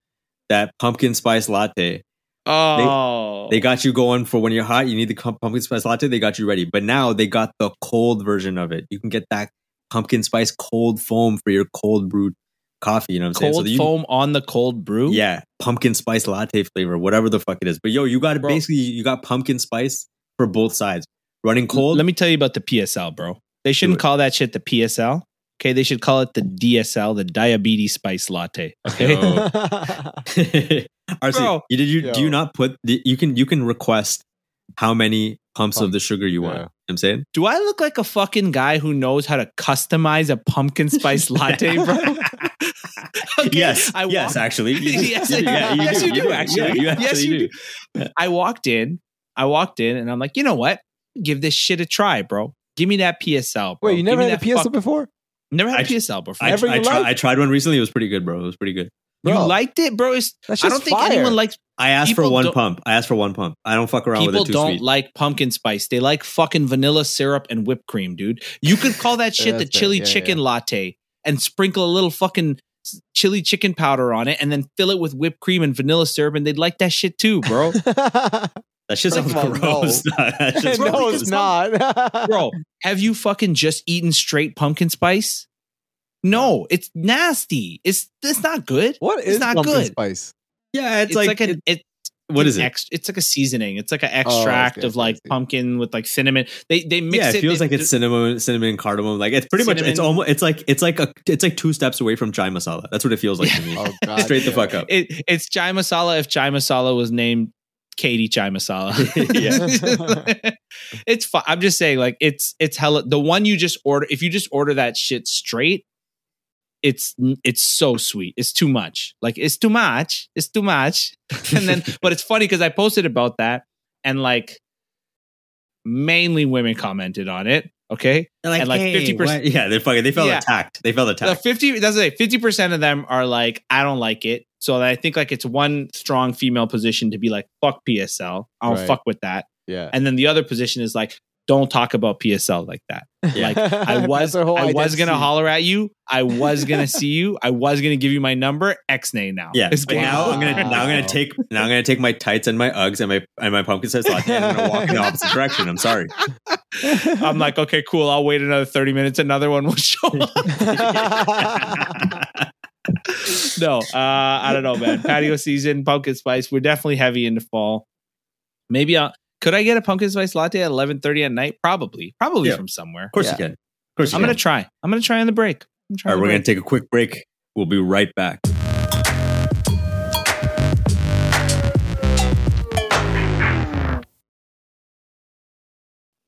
[SPEAKER 2] that pumpkin spice latte.
[SPEAKER 1] Oh.
[SPEAKER 2] They got you going for when you're hot. You need the cum- pumpkin spice latte. They got you ready. But now they got the cold version of it. You can get that pumpkin spice cold foam for your cold brewed coffee. You know what I'm saying?
[SPEAKER 1] cold
[SPEAKER 2] that you-
[SPEAKER 1] foam on the cold brew.
[SPEAKER 2] Yeah, pumpkin spice latte flavor, whatever the fuck it is. But yo, you got
[SPEAKER 1] Bro.
[SPEAKER 2] basically you got pumpkin spice for both sides. Running cold.
[SPEAKER 1] Let me tell you about the PSL, bro. They shouldn't
[SPEAKER 2] it.
[SPEAKER 1] call that shit the PSL. Okay, they should call it the DSL, the diabetes spice latte. Okay.
[SPEAKER 2] Yo. [laughs] RC,
[SPEAKER 1] Bro.
[SPEAKER 2] you did you do
[SPEAKER 3] Yo.
[SPEAKER 2] you not put the, you can you can request how many pumps of the sugar you want.
[SPEAKER 3] Yeah.
[SPEAKER 2] You know what I'm saying
[SPEAKER 1] Do I look like a fucking guy who knows how to customize a pumpkin spice latte, bro?
[SPEAKER 2] [laughs]
[SPEAKER 1] [laughs] Okay, I walked,
[SPEAKER 2] actually.
[SPEAKER 1] [laughs] Yes, I- yes, you do, actually. Yes, you do. I walked in. I walked in and I'm like, you know what? Give this shit a try, bro. Give me that PSL, bro.
[SPEAKER 3] [laughs] Wait, you
[SPEAKER 1] Give
[SPEAKER 3] never
[SPEAKER 1] me
[SPEAKER 3] had
[SPEAKER 1] that
[SPEAKER 3] a PSL
[SPEAKER 1] fuck-
[SPEAKER 3] before?
[SPEAKER 1] never had
[SPEAKER 2] I-
[SPEAKER 1] a PSL before.
[SPEAKER 2] I,
[SPEAKER 3] Never in
[SPEAKER 2] I,
[SPEAKER 3] your
[SPEAKER 2] tried,
[SPEAKER 3] life?
[SPEAKER 2] I tried one recently. It was pretty good, bro. It was pretty good.
[SPEAKER 1] you
[SPEAKER 3] Bro,
[SPEAKER 1] liked it, bro? It's,
[SPEAKER 3] That's
[SPEAKER 1] I
[SPEAKER 3] just
[SPEAKER 1] don't think
[SPEAKER 3] fire. [laughs]
[SPEAKER 1] anyone likes
[SPEAKER 2] I asked for
[SPEAKER 1] People
[SPEAKER 2] one
[SPEAKER 1] don't-
[SPEAKER 2] pump. I asked for one pump. I don't fuck around
[SPEAKER 1] People
[SPEAKER 2] with it too
[SPEAKER 1] don't
[SPEAKER 2] sweet.
[SPEAKER 1] like pumpkin spice. They like fucking vanilla syrup and whipped cream, dude. You could call that shit
[SPEAKER 3] [laughs] Yeah,
[SPEAKER 1] the
[SPEAKER 3] that's fair.
[SPEAKER 1] chili
[SPEAKER 3] Yeah,
[SPEAKER 1] chicken latte and sprinkle a little fucking s- chili chicken powder on it and then fill it with whipped cream and vanilla syrup and they'd like that shit too,
[SPEAKER 3] [laughs]
[SPEAKER 1] bro.
[SPEAKER 2] that shit
[SPEAKER 3] Like,
[SPEAKER 2] sounds
[SPEAKER 3] well, no.
[SPEAKER 2] gross. [laughs] That shit's
[SPEAKER 1] Bro,
[SPEAKER 3] no,
[SPEAKER 2] gross.
[SPEAKER 3] it's not. [laughs]
[SPEAKER 1] bro, have you fucking just eaten straight pumpkin spice? No, it's nasty. It's it's not good.
[SPEAKER 3] what is
[SPEAKER 1] not
[SPEAKER 3] pumpkin
[SPEAKER 1] good. [laughs]
[SPEAKER 3] spice?
[SPEAKER 2] Yeah, it's,
[SPEAKER 1] It's,
[SPEAKER 2] like,
[SPEAKER 1] like, an it,
[SPEAKER 2] what is it? Oh,
[SPEAKER 1] Ex, it's like a seasoning. It's like an
[SPEAKER 3] I see,
[SPEAKER 1] extract
[SPEAKER 3] I
[SPEAKER 1] of
[SPEAKER 3] see,
[SPEAKER 1] like
[SPEAKER 3] I see.
[SPEAKER 1] pumpkin with like cinnamon. They they mix
[SPEAKER 2] yeah,
[SPEAKER 1] it.
[SPEAKER 2] it feels
[SPEAKER 1] they-
[SPEAKER 2] like it's cinnamon, cinnamon and cardamom. Like it's pretty much it's
[SPEAKER 1] Cinnamon.
[SPEAKER 2] almost it's like it's like a it's like two steps away from chai masala. That's what it feels like to me.
[SPEAKER 3] Oh god.
[SPEAKER 2] Straight the fuck up.
[SPEAKER 1] it, it's Chai Masala if Chai Masala was named Katie Chai Masala.
[SPEAKER 2] [laughs]
[SPEAKER 1] [laughs]
[SPEAKER 3] Yeah.
[SPEAKER 1] it's fun. I'm just saying, like it's it's hella the one you just order. If you just order that shit straight, it's it's so sweet. It's too much. Like it's too much. It's too much. [laughs] [laughs] And then, but it's funny because I posted about that and like mainly women commented on it. Okay,
[SPEAKER 2] [laughs] They're
[SPEAKER 1] and like
[SPEAKER 2] "Hey,
[SPEAKER 1] 50%
[SPEAKER 2] what?" Yeah, they fucking they felt
[SPEAKER 1] Yeah.
[SPEAKER 2] attacked. They felt
[SPEAKER 1] the
[SPEAKER 2] attacked.
[SPEAKER 1] fifty. That's it. Fifty percent of them are like, I don't like it. So I think like it's one strong female position to be like, fuck PSL. I don't
[SPEAKER 3] Right.
[SPEAKER 1] fuck with that.
[SPEAKER 3] Yeah.
[SPEAKER 1] And then the other position is like, don't talk about PSL like
[SPEAKER 2] [laughs]
[SPEAKER 1] that.
[SPEAKER 3] [laughs]
[SPEAKER 2] Yeah.
[SPEAKER 1] Like I was,
[SPEAKER 3] That's our whole
[SPEAKER 1] I was gonna
[SPEAKER 3] identity.
[SPEAKER 1] holler at you. I was
[SPEAKER 2] [laughs]
[SPEAKER 1] gonna see you. I was gonna give you my number. X nay now.
[SPEAKER 2] yeah,
[SPEAKER 1] It's
[SPEAKER 2] but
[SPEAKER 1] gone.
[SPEAKER 2] now I'm gonna now I'm gonna
[SPEAKER 3] Wow.
[SPEAKER 2] take now I'm gonna take my tights and my Uggs and my and my pumpkin spice latte and I'm gonna walk in the opposite direction. I'm sorry.
[SPEAKER 1] [laughs]
[SPEAKER 3] [laughs]
[SPEAKER 1] [laughs] I'm like, okay, cool. I'll wait another thirty minutes. Another one will show
[SPEAKER 2] [laughs]
[SPEAKER 1] up. no, uh, I don't know, man. Patio season, pumpkin spice. We're definitely heavy into fall. Maybe I'll. Could I get a pumpkin spice latte at eleven thirty at night? Probably, probably
[SPEAKER 2] Yeah.
[SPEAKER 1] from somewhere.
[SPEAKER 2] Of course
[SPEAKER 3] Yeah.
[SPEAKER 2] you can. Of course you
[SPEAKER 1] I'm gonna
[SPEAKER 2] can.
[SPEAKER 1] try. I'm gonna try on the break. I'm
[SPEAKER 2] All
[SPEAKER 1] trying
[SPEAKER 2] right,
[SPEAKER 1] on
[SPEAKER 2] we're
[SPEAKER 1] the
[SPEAKER 2] gonna
[SPEAKER 1] break.
[SPEAKER 2] take a quick break. We'll be right back.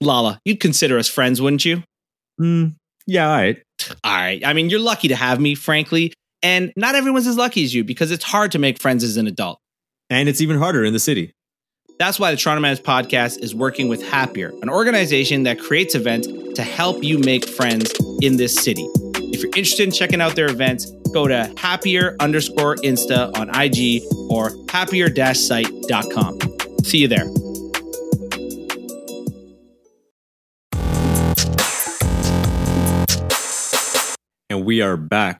[SPEAKER 1] Lala, you'd consider us friends, wouldn't you?
[SPEAKER 2] Hmm. yeah, all right.
[SPEAKER 1] All right. I mean, you're lucky to have me, frankly. And not everyone's as lucky as you because it's hard to make friends as an adult.
[SPEAKER 2] And it's even harder in the city.
[SPEAKER 1] That's why the Toronto Matters podcast is working with Happier, an organization that creates events to help you make friends in this city. If you're interested in checking out their events, go to happier underscore Insta on IG or happier site.com. See you there.
[SPEAKER 2] And we are back.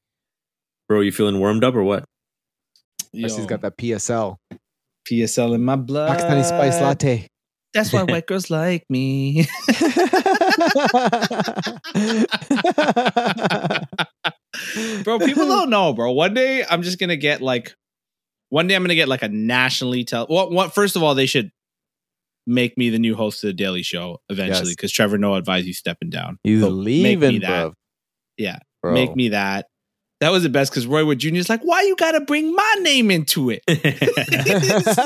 [SPEAKER 2] Bro, you feeling warmed up or what?
[SPEAKER 3] She's got that PSL.
[SPEAKER 1] PSL in my blood.
[SPEAKER 3] Pakistani
[SPEAKER 1] Uh,
[SPEAKER 3] spice latte.
[SPEAKER 1] That's why white girls like me. [laughs] bro people don't know bro one day i'm just gonna get like one day i'm gonna get like a nationally tell well, what first of all they should make me the new host of the daily show eventually
[SPEAKER 3] Yes.
[SPEAKER 1] because trevor noah advised you stepping down
[SPEAKER 3] He's
[SPEAKER 1] So make me
[SPEAKER 3] leaving,
[SPEAKER 1] that,
[SPEAKER 3] bro.
[SPEAKER 1] Yeah,
[SPEAKER 3] Bro.
[SPEAKER 1] make me [laughs] that that was the best because roy wood jr is like why you gotta bring my name into [laughs] it he's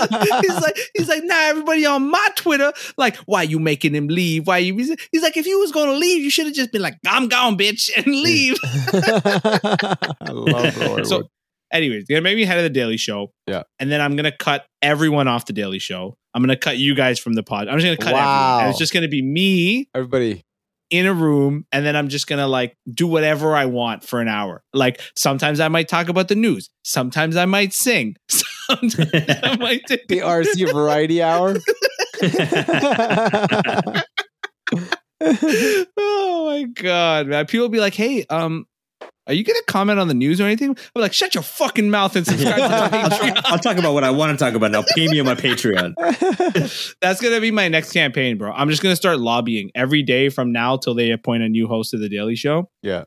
[SPEAKER 1] like he's like nah everybody on my twitter like why you making him leave why you he's like if you was gonna leave you should have just been like i'm gone bitch and leave
[SPEAKER 3] [laughs] I love Roy.
[SPEAKER 1] So-
[SPEAKER 3] Wood.
[SPEAKER 1] Anyways, they're gonna make me head of the Daily Show.
[SPEAKER 3] Yeah.
[SPEAKER 1] And then I'm gonna cut everyone off the Daily Show. I'm gonna cut you guys from the pod. I'm just gonna cut
[SPEAKER 3] Wow.
[SPEAKER 1] everyone. And it's just gonna be me
[SPEAKER 3] Everybody.
[SPEAKER 1] in a room, and then I'm just gonna like do whatever I want for an hour. Like sometimes I might talk about the news. Sometimes I might sing. [laughs] Sometimes
[SPEAKER 3] [laughs]
[SPEAKER 1] I might do-
[SPEAKER 3] The RC Variety Hour.
[SPEAKER 1] [laughs] oh my god, man. People be like, hey, um, are you gonna comment on the news or anything? I'm like, shut your fucking mouth and subscribe to
[SPEAKER 3] [laughs]
[SPEAKER 2] I'll,
[SPEAKER 1] the Patreon.
[SPEAKER 2] I'll talk about what I want to talk about now. Pay me on my Patreon.
[SPEAKER 1] That's gonna be my next campaign, bro. I'm just gonna start lobbying every day from now till they appoint a new host of the Daily Show.
[SPEAKER 3] Yeah.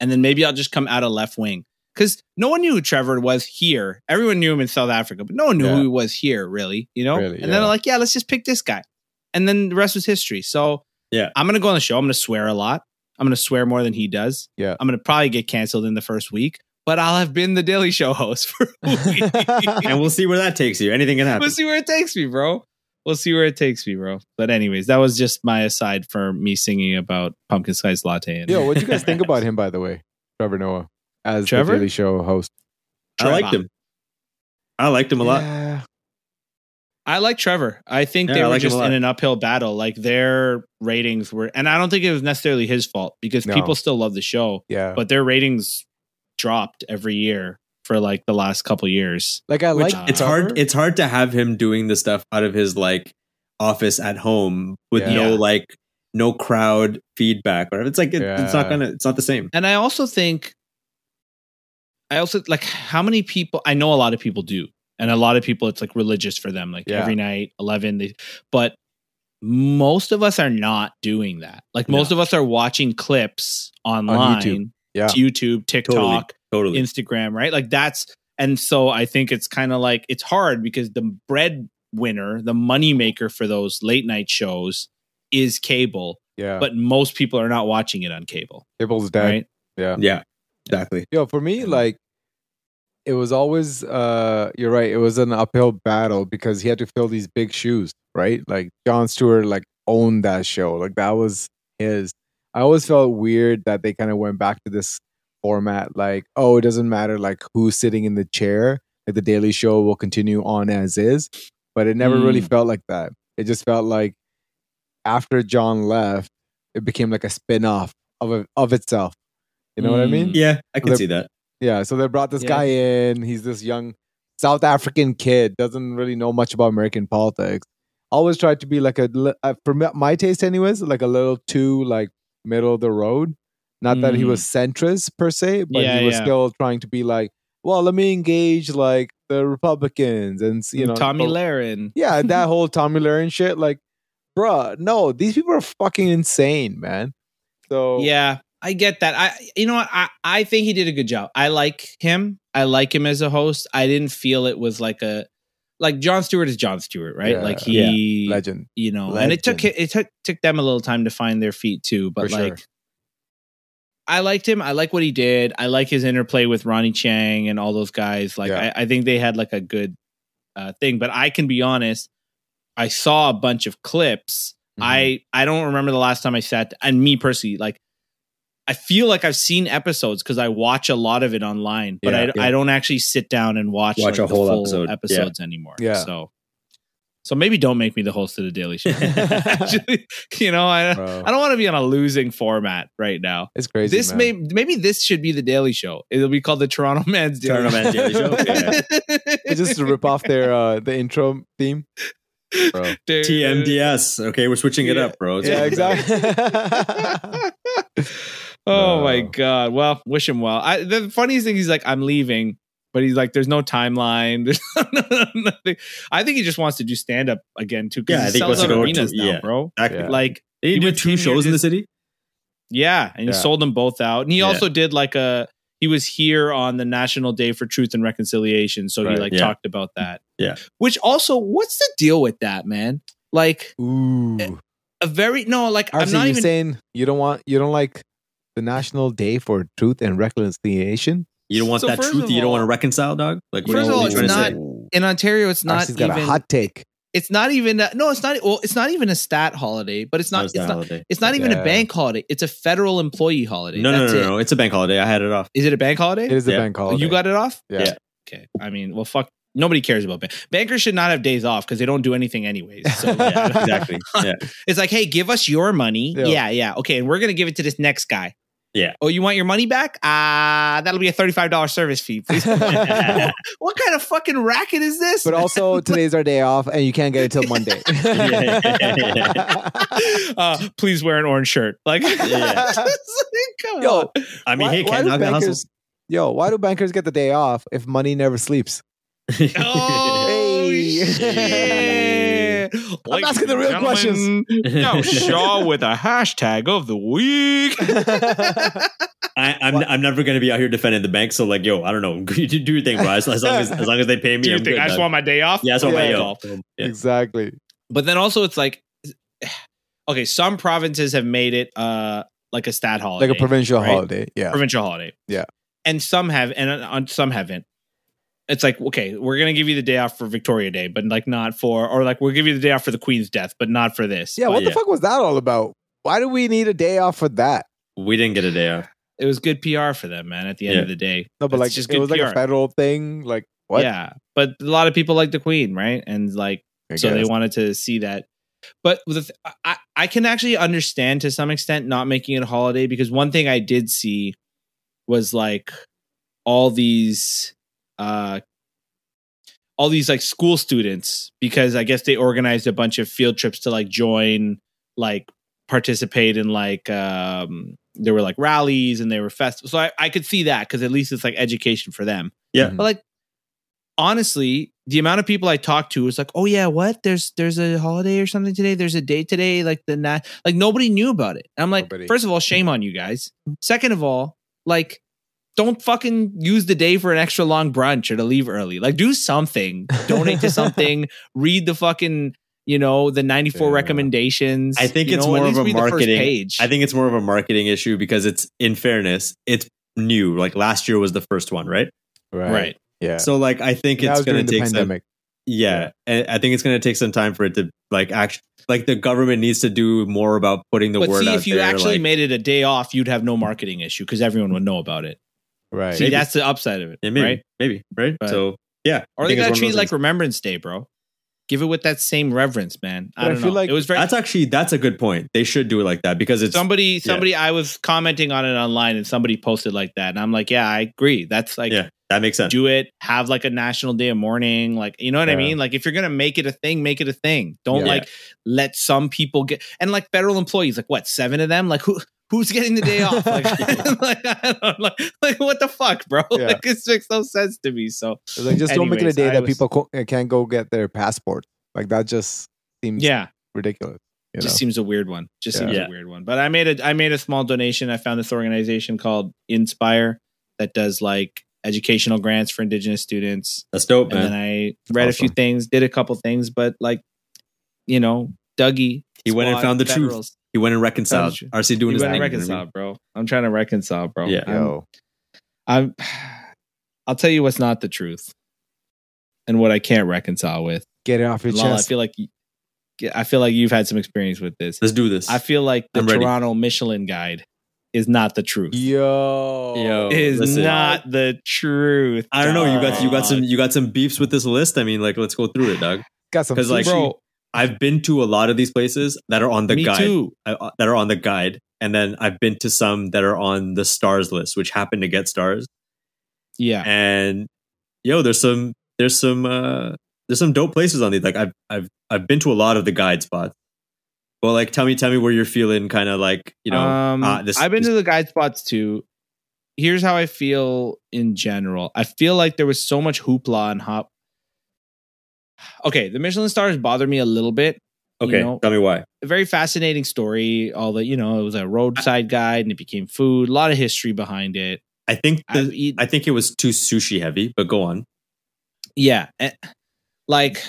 [SPEAKER 1] and then maybe I'll just come out of left wing because no one knew who Trevor was here. Everyone knew him in South Africa, but no one knew
[SPEAKER 3] Yeah.
[SPEAKER 1] who he was here, really. You know.
[SPEAKER 3] Really,
[SPEAKER 1] and then
[SPEAKER 3] yeah.
[SPEAKER 1] I'm like, yeah, let's just pick this guy, and then the rest was history. So
[SPEAKER 2] Yeah.
[SPEAKER 1] I'm gonna go on the show. I'm gonna swear a lot. I'm gonna swear more than he does.
[SPEAKER 3] Yeah.
[SPEAKER 1] I'm gonna probably get canceled in the first week, but I'll have been the Daily Show host for a week.
[SPEAKER 2] And we'll see where that takes you. Anything can happen.
[SPEAKER 1] we'll see where it takes me, bro. We'll see where it takes me, bro. But anyways, that was just my aside for me singing about pumpkin spice latte. And
[SPEAKER 3] Yo, what'd you guys think about him, by the way? Trevor Noah as
[SPEAKER 1] Trevor?
[SPEAKER 3] the Daily Show host.
[SPEAKER 2] I liked him. I liked him a lot.
[SPEAKER 3] Yeah.
[SPEAKER 1] I like Trevor. I think
[SPEAKER 2] Yeah,
[SPEAKER 1] they
[SPEAKER 2] I
[SPEAKER 1] were
[SPEAKER 2] like him a
[SPEAKER 1] just
[SPEAKER 2] lot.
[SPEAKER 1] in an uphill battle. Like their ratings were, and I don't think it was necessarily his fault because
[SPEAKER 3] No.
[SPEAKER 1] people still love the show,
[SPEAKER 3] Yeah.
[SPEAKER 1] but their ratings dropped every year for like the last couple years.
[SPEAKER 3] like I
[SPEAKER 2] Which
[SPEAKER 3] like
[SPEAKER 2] it's
[SPEAKER 3] Trevor.
[SPEAKER 2] hard. It's hard to have him doing the stuff out of his like office at home with
[SPEAKER 3] Yeah.
[SPEAKER 2] no like no crowd feedback. Or it's like it, it's not
[SPEAKER 3] Yeah.
[SPEAKER 2] gonna. It's not the same.
[SPEAKER 1] And I also think, I also like how many people I know. A lot of people do, and a lot of people it's like religious for them, like
[SPEAKER 3] Yeah.
[SPEAKER 1] every night, eleven. They, but most of us are not doing that. Like most of us are watching clips online,
[SPEAKER 3] YouTube. Yeah.
[SPEAKER 1] YouTube, TikTok,
[SPEAKER 2] Totally.
[SPEAKER 1] Instagram, right? Like that's and so I think it's kind of like it's hard because the breadwinner, the money maker for those late night shows is cable,
[SPEAKER 3] yeah.
[SPEAKER 1] but most people are not watching it on cable,
[SPEAKER 3] Cable's dead.
[SPEAKER 1] right?
[SPEAKER 2] yeah. Exactly.
[SPEAKER 3] Yo, for me, like it was always uh you're right, it was an uphill battle because he had to fill these big shoes, right? Like John Stewart like owned that show. Like that was his. I always felt weird that they kind of went back to this format like, oh, it doesn't matter like who's sitting in the chair. Like the Daily Show will continue on as is. But it never really
[SPEAKER 1] Mm.
[SPEAKER 3] felt like that. It just felt like after John left, it became like a spin-off of a, of itself. You know what I
[SPEAKER 1] Mm.
[SPEAKER 3] mean?
[SPEAKER 2] Yeah, I can
[SPEAKER 3] They're-
[SPEAKER 2] see that.
[SPEAKER 3] Yeah, so they brought this
[SPEAKER 1] Yeah.
[SPEAKER 3] guy in. He's this young South African kid, doesn't really know much about American politics. Always tried to be like a, li- uh, for me- my taste, anyways, like a little too like middle of the road. Not that he was centrist per se, but
[SPEAKER 1] Mm. Yeah,
[SPEAKER 3] he was
[SPEAKER 1] yeah.
[SPEAKER 3] still trying to be like, well, let me engage like the Republicans and you know
[SPEAKER 1] Tommy
[SPEAKER 3] the-
[SPEAKER 1] Laren. [laughs]
[SPEAKER 3] yeah, that whole Tommy Lahren shit. Like, bruh, no, these people are fucking insane, man. So
[SPEAKER 1] Yeah, I get that. I you know what? I I think he did a good job. I like him. I like him as a host. I didn't feel it was like a like John Stewart is John Stewart, right?
[SPEAKER 3] Yeah.
[SPEAKER 1] like he
[SPEAKER 3] legend.
[SPEAKER 1] you know, and it took
[SPEAKER 3] Legend.
[SPEAKER 1] it took took them a little time to find their feet too. But
[SPEAKER 3] For sure.
[SPEAKER 1] like, I liked him. I like what he did. I like his interplay with Ronnie Chang and all those guys. Like,
[SPEAKER 3] Yeah.
[SPEAKER 1] I, I think they had like a good uh, thing. But I can be honest, I saw a bunch of clips.
[SPEAKER 2] Mm-hmm.
[SPEAKER 1] I I don't remember the last time I sat. And me personally, like, I feel like I've seen episodes because I watch a lot of it online, but
[SPEAKER 3] Yeah,
[SPEAKER 1] I
[SPEAKER 3] yeah.
[SPEAKER 1] I don't actually sit down and watch
[SPEAKER 2] Watch
[SPEAKER 1] like,
[SPEAKER 2] a whole
[SPEAKER 1] full
[SPEAKER 2] episode. Yeah.
[SPEAKER 1] episodes anymore.
[SPEAKER 3] Yeah.
[SPEAKER 1] So. So maybe don't make me the host of the Daily
[SPEAKER 3] [laughs]
[SPEAKER 1] Show. [laughs] Actually, you know, I,
[SPEAKER 3] Mm-hmm, Bro.
[SPEAKER 1] [laughs] I don't want to be on a losing format right now.
[SPEAKER 3] It's crazy.
[SPEAKER 1] this
[SPEAKER 3] man.
[SPEAKER 1] may maybe this should be the Daily Show. It'll be called the Toronto Man's Daily
[SPEAKER 2] Toronto Man's Daily Show. Okay.
[SPEAKER 3] They just rip off their uh the intro theme. Bro.
[SPEAKER 1] [laughs] Dude.
[SPEAKER 2] TMDS. Okay, we're switching it
[SPEAKER 1] Yeah.
[SPEAKER 2] up, bro. It's
[SPEAKER 3] Yeah,
[SPEAKER 1] [laughs]
[SPEAKER 2] fine.
[SPEAKER 3] exactly.
[SPEAKER 1] oh my
[SPEAKER 3] No.
[SPEAKER 1] god. Well, wish him well. I, the funniest thing, he's like, I'm leaving, but he's like, there's no timeline. [laughs] There's nothing. I think he just wants to do stand up again too. 'cause
[SPEAKER 2] Yeah, I think he wants
[SPEAKER 1] sells
[SPEAKER 2] to
[SPEAKER 1] out
[SPEAKER 2] go
[SPEAKER 1] arenas
[SPEAKER 2] to-
[SPEAKER 1] now,
[SPEAKER 2] yeah.
[SPEAKER 1] bro.
[SPEAKER 2] That-
[SPEAKER 3] Yeah.
[SPEAKER 1] Like,
[SPEAKER 2] They
[SPEAKER 1] He
[SPEAKER 2] do
[SPEAKER 1] went
[SPEAKER 2] two
[SPEAKER 1] 10
[SPEAKER 2] shows in the
[SPEAKER 1] years-
[SPEAKER 2] city.
[SPEAKER 1] yeah, and he
[SPEAKER 3] Yeah.
[SPEAKER 1] sold them both out, and he
[SPEAKER 2] Yeah.
[SPEAKER 1] also did like a. He was here on the National Day for Truth and Reconciliation, so
[SPEAKER 3] Right.
[SPEAKER 1] he like
[SPEAKER 2] Yeah.
[SPEAKER 1] talked about that.
[SPEAKER 2] Yeah.
[SPEAKER 1] Which also, what's the deal with that, man? Like
[SPEAKER 3] Ooh.
[SPEAKER 1] a very no, like
[SPEAKER 3] RC,
[SPEAKER 1] Eh, I'm not
[SPEAKER 3] you're
[SPEAKER 1] even
[SPEAKER 3] saying you don't want you don't like the National Day for Truth and Reconciliation?
[SPEAKER 2] You don't want
[SPEAKER 1] So
[SPEAKER 2] that
[SPEAKER 1] first
[SPEAKER 2] truth.
[SPEAKER 1] of
[SPEAKER 2] that You don't
[SPEAKER 1] all-
[SPEAKER 2] want to reconcile, dog. Like, what are
[SPEAKER 1] First
[SPEAKER 2] you
[SPEAKER 1] of all,
[SPEAKER 2] what are you
[SPEAKER 1] it's
[SPEAKER 2] trying to
[SPEAKER 1] in Ontario. It's not
[SPEAKER 3] RC's got
[SPEAKER 1] even
[SPEAKER 3] a hot take.
[SPEAKER 1] it's not even a, no it's not well it's not even a stat holiday but it's
[SPEAKER 2] say? No,
[SPEAKER 1] not it's
[SPEAKER 2] a
[SPEAKER 1] not
[SPEAKER 2] holiday.
[SPEAKER 1] it's not even
[SPEAKER 3] Yeah.
[SPEAKER 1] a bank holiday it's a federal employee holiday
[SPEAKER 2] No, no,
[SPEAKER 1] That's
[SPEAKER 2] no,
[SPEAKER 1] it.
[SPEAKER 2] no, no. It's a bank holiday. I had
[SPEAKER 1] [laughs]
[SPEAKER 2] it off.
[SPEAKER 1] is it a bank holiday Oh,
[SPEAKER 3] It is a
[SPEAKER 2] Yeah.
[SPEAKER 3] bank holiday.
[SPEAKER 1] you got it off
[SPEAKER 3] yeah.
[SPEAKER 2] Yeah.
[SPEAKER 1] okay i mean well fuck nobody cares about bank bankers should not have days off because they don't do anything anyways
[SPEAKER 3] [laughs]
[SPEAKER 1] so yeah.
[SPEAKER 2] Yeah, exactly. Yeah.
[SPEAKER 1] it's like hey give us your money
[SPEAKER 3] Yeah.
[SPEAKER 1] yeah yeah, okay and we're gonna give it to this next guy
[SPEAKER 2] Yeah.
[SPEAKER 1] Oh, you want your money back? Ah, that'll be a thirty-five dollars service
[SPEAKER 3] [laughs]
[SPEAKER 1] fee. [laughs] Please. what kind of fucking racket is this?
[SPEAKER 3] But
[SPEAKER 2] [laughs]
[SPEAKER 3] also today's our day off and you can't get it till Monday.
[SPEAKER 1] [laughs]
[SPEAKER 3] [laughs]
[SPEAKER 1] uh, please wear an orange shirt. Like, [laughs]
[SPEAKER 2] yeah.
[SPEAKER 1] Come
[SPEAKER 3] Yo,
[SPEAKER 1] [laughs] on.
[SPEAKER 2] I mean,
[SPEAKER 3] Why-
[SPEAKER 2] hey,
[SPEAKER 3] why
[SPEAKER 2] Ken,
[SPEAKER 3] do
[SPEAKER 2] knock the hustle.
[SPEAKER 3] bankers- Yo, why do bankers get the day off if money never
[SPEAKER 2] [laughs]
[SPEAKER 3] sleeps?
[SPEAKER 1] Oh,
[SPEAKER 3] Hey.
[SPEAKER 1] shit. Ladies
[SPEAKER 3] asking the
[SPEAKER 1] and
[SPEAKER 3] real questions.
[SPEAKER 1] [laughs] gentlemen,
[SPEAKER 2] [laughs]
[SPEAKER 1] Now Shaw with a hashtag of the week.
[SPEAKER 2] I, I'm, I'm never going to be out here defending the bank. So, like, yo, I don't know. [laughs] You do do your thing, bro. As, as long as, as long as they pay me,
[SPEAKER 1] Do you
[SPEAKER 2] I'm
[SPEAKER 1] think
[SPEAKER 2] good,
[SPEAKER 1] I just
[SPEAKER 2] dog.
[SPEAKER 1] want my day off?
[SPEAKER 2] Yeah, that's what
[SPEAKER 3] Yeah.
[SPEAKER 2] my yo. Yeah.
[SPEAKER 3] [laughs] Exactly.
[SPEAKER 1] But then also, it's like, [sighs] okay, some provinces have made it uh like a stat holiday,
[SPEAKER 3] Like a provincial
[SPEAKER 1] right?
[SPEAKER 3] holiday. Yeah.
[SPEAKER 1] provincial holiday.
[SPEAKER 3] Yeah.
[SPEAKER 1] And some have, and uh, on- on some haven't. It's like, okay, we're going to give you the day off for Victoria Day, but like not for, or like we'll give you the day off for the Queen's death, but not for this.
[SPEAKER 3] Yeah,
[SPEAKER 2] But
[SPEAKER 3] what the
[SPEAKER 2] yeah.
[SPEAKER 3] fuck was that all about? Why do we need a day off for that?
[SPEAKER 2] We didn't get a day off.
[SPEAKER 1] It was good PR for them, man, at the end
[SPEAKER 2] Yeah.
[SPEAKER 1] of the day.
[SPEAKER 3] No, but
[SPEAKER 1] It's
[SPEAKER 3] like
[SPEAKER 1] just
[SPEAKER 3] it
[SPEAKER 1] good
[SPEAKER 3] was like a
[SPEAKER 1] PR.
[SPEAKER 3] federal thing. Like what?
[SPEAKER 1] Yeah. But a lot of people like the Queen, right? And like,
[SPEAKER 3] I
[SPEAKER 1] so they
[SPEAKER 3] guess.
[SPEAKER 1] wanted to see that. But the th- I, I can actually understand to some extent not making it a holiday because one thing I did see was like all these uh all these like school students because I guess they organized a bunch of field trips to like join like participate in like um there were like rallies and they were festivals. So I, I could see that because at least it's like education for them.
[SPEAKER 2] Yeah.
[SPEAKER 1] But like honestly, the amount of people I talked to was like, oh yeah, what? There's there's a holiday or something today. There's a day today. Like the na-. like nobody knew about it. And I'm like,
[SPEAKER 3] Nobody.
[SPEAKER 1] first of all, shame on you guys. Second of all, like don't fucking use the day for an extra long brunch or to leave early. Like do something. Donate to
[SPEAKER 2] [laughs]
[SPEAKER 1] something. Read the fucking you know the 94
[SPEAKER 3] Yeah.
[SPEAKER 1] recommendations.
[SPEAKER 2] I think
[SPEAKER 1] You
[SPEAKER 2] it's
[SPEAKER 1] know, at
[SPEAKER 2] more of
[SPEAKER 1] least
[SPEAKER 2] a
[SPEAKER 1] read the first
[SPEAKER 2] marketing-
[SPEAKER 1] page.
[SPEAKER 2] I think it's more of a marketing issue because it's, in fairness, it's new. Like last year was the first one, right?
[SPEAKER 3] right.
[SPEAKER 1] right.
[SPEAKER 3] Yeah.
[SPEAKER 2] So, like, I think
[SPEAKER 3] that
[SPEAKER 2] it's
[SPEAKER 3] was
[SPEAKER 2] going
[SPEAKER 3] during
[SPEAKER 2] to
[SPEAKER 3] the
[SPEAKER 2] take some.
[SPEAKER 3] pandemic.
[SPEAKER 2] Yeah, and I think it's going to take some time for it to like act. Like the government needs to do more about putting the
[SPEAKER 1] but
[SPEAKER 2] word
[SPEAKER 1] see,
[SPEAKER 2] out
[SPEAKER 1] if you
[SPEAKER 2] there,
[SPEAKER 1] actually
[SPEAKER 2] like-
[SPEAKER 1] made it a day off, you'd have no marketing issue because everyone would know about it.
[SPEAKER 3] Right.
[SPEAKER 1] See,
[SPEAKER 2] Maybe.
[SPEAKER 1] that's the upside of it,
[SPEAKER 2] Yeah, maybe,
[SPEAKER 1] right?
[SPEAKER 2] maybe, right?
[SPEAKER 1] But-
[SPEAKER 2] so yeah, I
[SPEAKER 1] Or they
[SPEAKER 2] think it's
[SPEAKER 1] gotta
[SPEAKER 2] one of
[SPEAKER 1] treat
[SPEAKER 2] those
[SPEAKER 1] it like
[SPEAKER 2] things.
[SPEAKER 1] Remembrance Day, bro. Give it with that same reverence, man.
[SPEAKER 3] But
[SPEAKER 1] I
[SPEAKER 3] I
[SPEAKER 1] don't
[SPEAKER 3] feel
[SPEAKER 1] know.
[SPEAKER 3] like
[SPEAKER 1] it was very
[SPEAKER 2] that's actually that's a good point. They should do it like that because it's
[SPEAKER 1] somebody. Somebody, I was commenting on it online, and somebody posted like that, and I'm like, yeah, I agree. That's like.
[SPEAKER 2] Yeah. that makes sense.
[SPEAKER 1] Do it. Have like a national day of mourning. Like, you know what I
[SPEAKER 3] Yeah.
[SPEAKER 1] mean? Like, if you're going to make it a thing, make it a thing. Don't
[SPEAKER 2] Yeah.
[SPEAKER 1] like let some people get, and like federal employees, like what, seven of them? Like, who, who's getting the day off?
[SPEAKER 3] [laughs]
[SPEAKER 1] Like, [laughs] like, I don't, like, like, what the fuck, bro?
[SPEAKER 3] Yeah.
[SPEAKER 1] Like, it makes no sense to me. So,
[SPEAKER 3] It's like just don't make it a
[SPEAKER 1] Anyways,
[SPEAKER 3] day
[SPEAKER 1] I
[SPEAKER 3] that
[SPEAKER 1] was-
[SPEAKER 3] people co- uh, can't go get their passport. Like that just seems
[SPEAKER 1] yeah.
[SPEAKER 3] ridiculous. You know?
[SPEAKER 1] just seems a weird one. Just
[SPEAKER 3] Yeah.
[SPEAKER 1] seems
[SPEAKER 2] Yeah.
[SPEAKER 1] a weird one. But I made a I made a small donation. I found this organization called Inspire that does like educational grants for indigenous students.
[SPEAKER 2] That's dope,
[SPEAKER 1] And then
[SPEAKER 2] man.
[SPEAKER 1] I read a few
[SPEAKER 3] awesome.
[SPEAKER 1] things, did a couple things, but like you know, Dougie
[SPEAKER 2] He went and found the truth.
[SPEAKER 1] Federals,
[SPEAKER 2] He went and reconciled.
[SPEAKER 1] Found you.
[SPEAKER 2] RC doing
[SPEAKER 1] He
[SPEAKER 2] his
[SPEAKER 1] went and
[SPEAKER 2] thing, you know what I mean?
[SPEAKER 1] reconciled, bro. I'm trying to reconcile, bro.
[SPEAKER 2] Yeah.
[SPEAKER 1] I'm,
[SPEAKER 3] Yo.
[SPEAKER 1] I'm I'll tell you what's not the truth and what I can't reconcile with.
[SPEAKER 3] Get it off your
[SPEAKER 1] Lala, I
[SPEAKER 3] chest.
[SPEAKER 1] feel like y- I feel like you've had some experience with this.
[SPEAKER 2] Let's do this.
[SPEAKER 1] I feel like the
[SPEAKER 2] I'm ready.
[SPEAKER 1] Toronto Michelin guide is not the truth.
[SPEAKER 3] Yo.
[SPEAKER 2] Yo.
[SPEAKER 1] is
[SPEAKER 2] listen.
[SPEAKER 1] not the truth.
[SPEAKER 2] I don't know. You got you got
[SPEAKER 1] dog.
[SPEAKER 2] some you got some beefs with this list. I mean, like let's go through it, dog.
[SPEAKER 3] Got some
[SPEAKER 2] 'Cause, like,
[SPEAKER 3] sushi.
[SPEAKER 1] Bro,
[SPEAKER 2] I've been to a lot of these places that are on the
[SPEAKER 1] me
[SPEAKER 2] guide
[SPEAKER 1] too.
[SPEAKER 2] uh, that are on the guide, and then I've been to some that are on the stars list, which happen to get stars.
[SPEAKER 1] Yeah.
[SPEAKER 2] And yo, there's some there's some uh there's some dope places on these. Like I've I've I've been to a lot of the guide spots. Well, like tell me tell me where you're feeling kind of like you know
[SPEAKER 1] um,
[SPEAKER 2] ah, this-
[SPEAKER 1] I've been
[SPEAKER 2] this-
[SPEAKER 1] to the guide spots too. Here's how I feel in general. I feel like there was so much hoopla and hop. Okay, the Michelin stars bother me a little bit. you
[SPEAKER 2] okay
[SPEAKER 1] know,
[SPEAKER 2] tell me why
[SPEAKER 1] a very fascinating story. All the you know, it was a roadside guide and it became food. A lot of history behind it.
[SPEAKER 2] I think
[SPEAKER 1] I've
[SPEAKER 2] the,
[SPEAKER 1] eaten,
[SPEAKER 2] I think it was too sushi heavy, but go on.
[SPEAKER 1] yeah, eh, like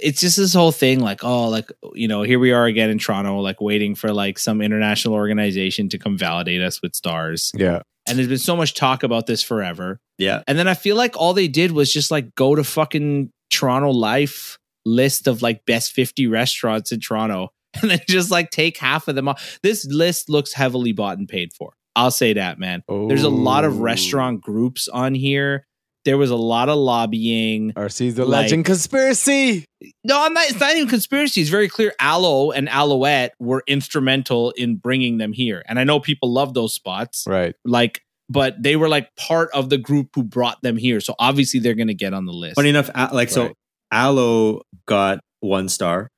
[SPEAKER 1] it's just this whole thing. Like, oh, like you know, here we are again in Toronto, like waiting for like some international organization to come validate us with stars.
[SPEAKER 3] Yeah.
[SPEAKER 1] and there's been so much talk about this forever.
[SPEAKER 2] Yeah.
[SPEAKER 1] And then I feel like all they did was just like go to fucking Toronto Life list of like best 50 restaurants in Toronto [laughs] and then just like take half of them off. This list looks heavily bought and paid for. I'll say that, man. There's a lot of
[SPEAKER 3] Oh.
[SPEAKER 1] restaurant groups on here. There was a lot of lobbying.
[SPEAKER 3] RC's the
[SPEAKER 1] Like-
[SPEAKER 3] legend conspiracy.
[SPEAKER 1] No, I'm not, it's not even conspiracy. It's very clear Aloe and Alouette were instrumental in bringing them here. And I know people love those spots
[SPEAKER 2] [laughs]
[SPEAKER 3] Right.
[SPEAKER 1] like but they were like part of the group who brought them here so obviously they're gonna get on the list
[SPEAKER 2] Funny enough, a- like so,
[SPEAKER 3] Right.
[SPEAKER 2] Aloe got one star,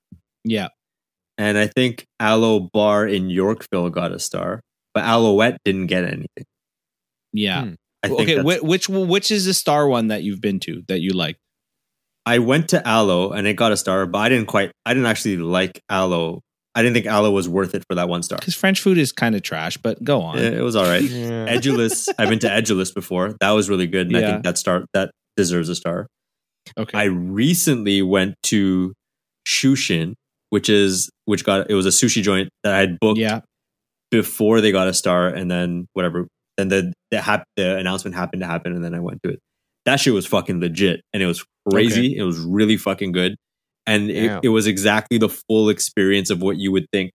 [SPEAKER 1] yeah
[SPEAKER 2] and I think Aloe Bar in Yorkville got a star, but Alouette didn't get anything.
[SPEAKER 1] yeah
[SPEAKER 3] Hmm.
[SPEAKER 2] I think
[SPEAKER 1] okay
[SPEAKER 2] that's-
[SPEAKER 1] whi- which which is the star one that you've been to that you like
[SPEAKER 2] I went to Aloe and it got a star, but I didn't quite. I didn't actually like Aloe. I didn't think Aloe was worth it for that one star.
[SPEAKER 1] because french food is kind of trash but go on
[SPEAKER 2] It, it was all right.
[SPEAKER 3] Yeah.
[SPEAKER 2] [laughs] Edulous, I've been to Edulous before. That was really good, and I
[SPEAKER 1] Yeah.
[SPEAKER 2] think that star that deserves a star.
[SPEAKER 1] okay
[SPEAKER 2] I recently went to Shushin, which is which got it was a sushi joint that I had booked
[SPEAKER 1] yeah
[SPEAKER 2] before they got a star, and then whatever, then the the, hap- the announcement happened to happen, and then I went to it. That shit was fucking legit, and it was crazy. It was really fucking good, and
[SPEAKER 3] Damn.
[SPEAKER 2] it, it was exactly the full experience of what you would think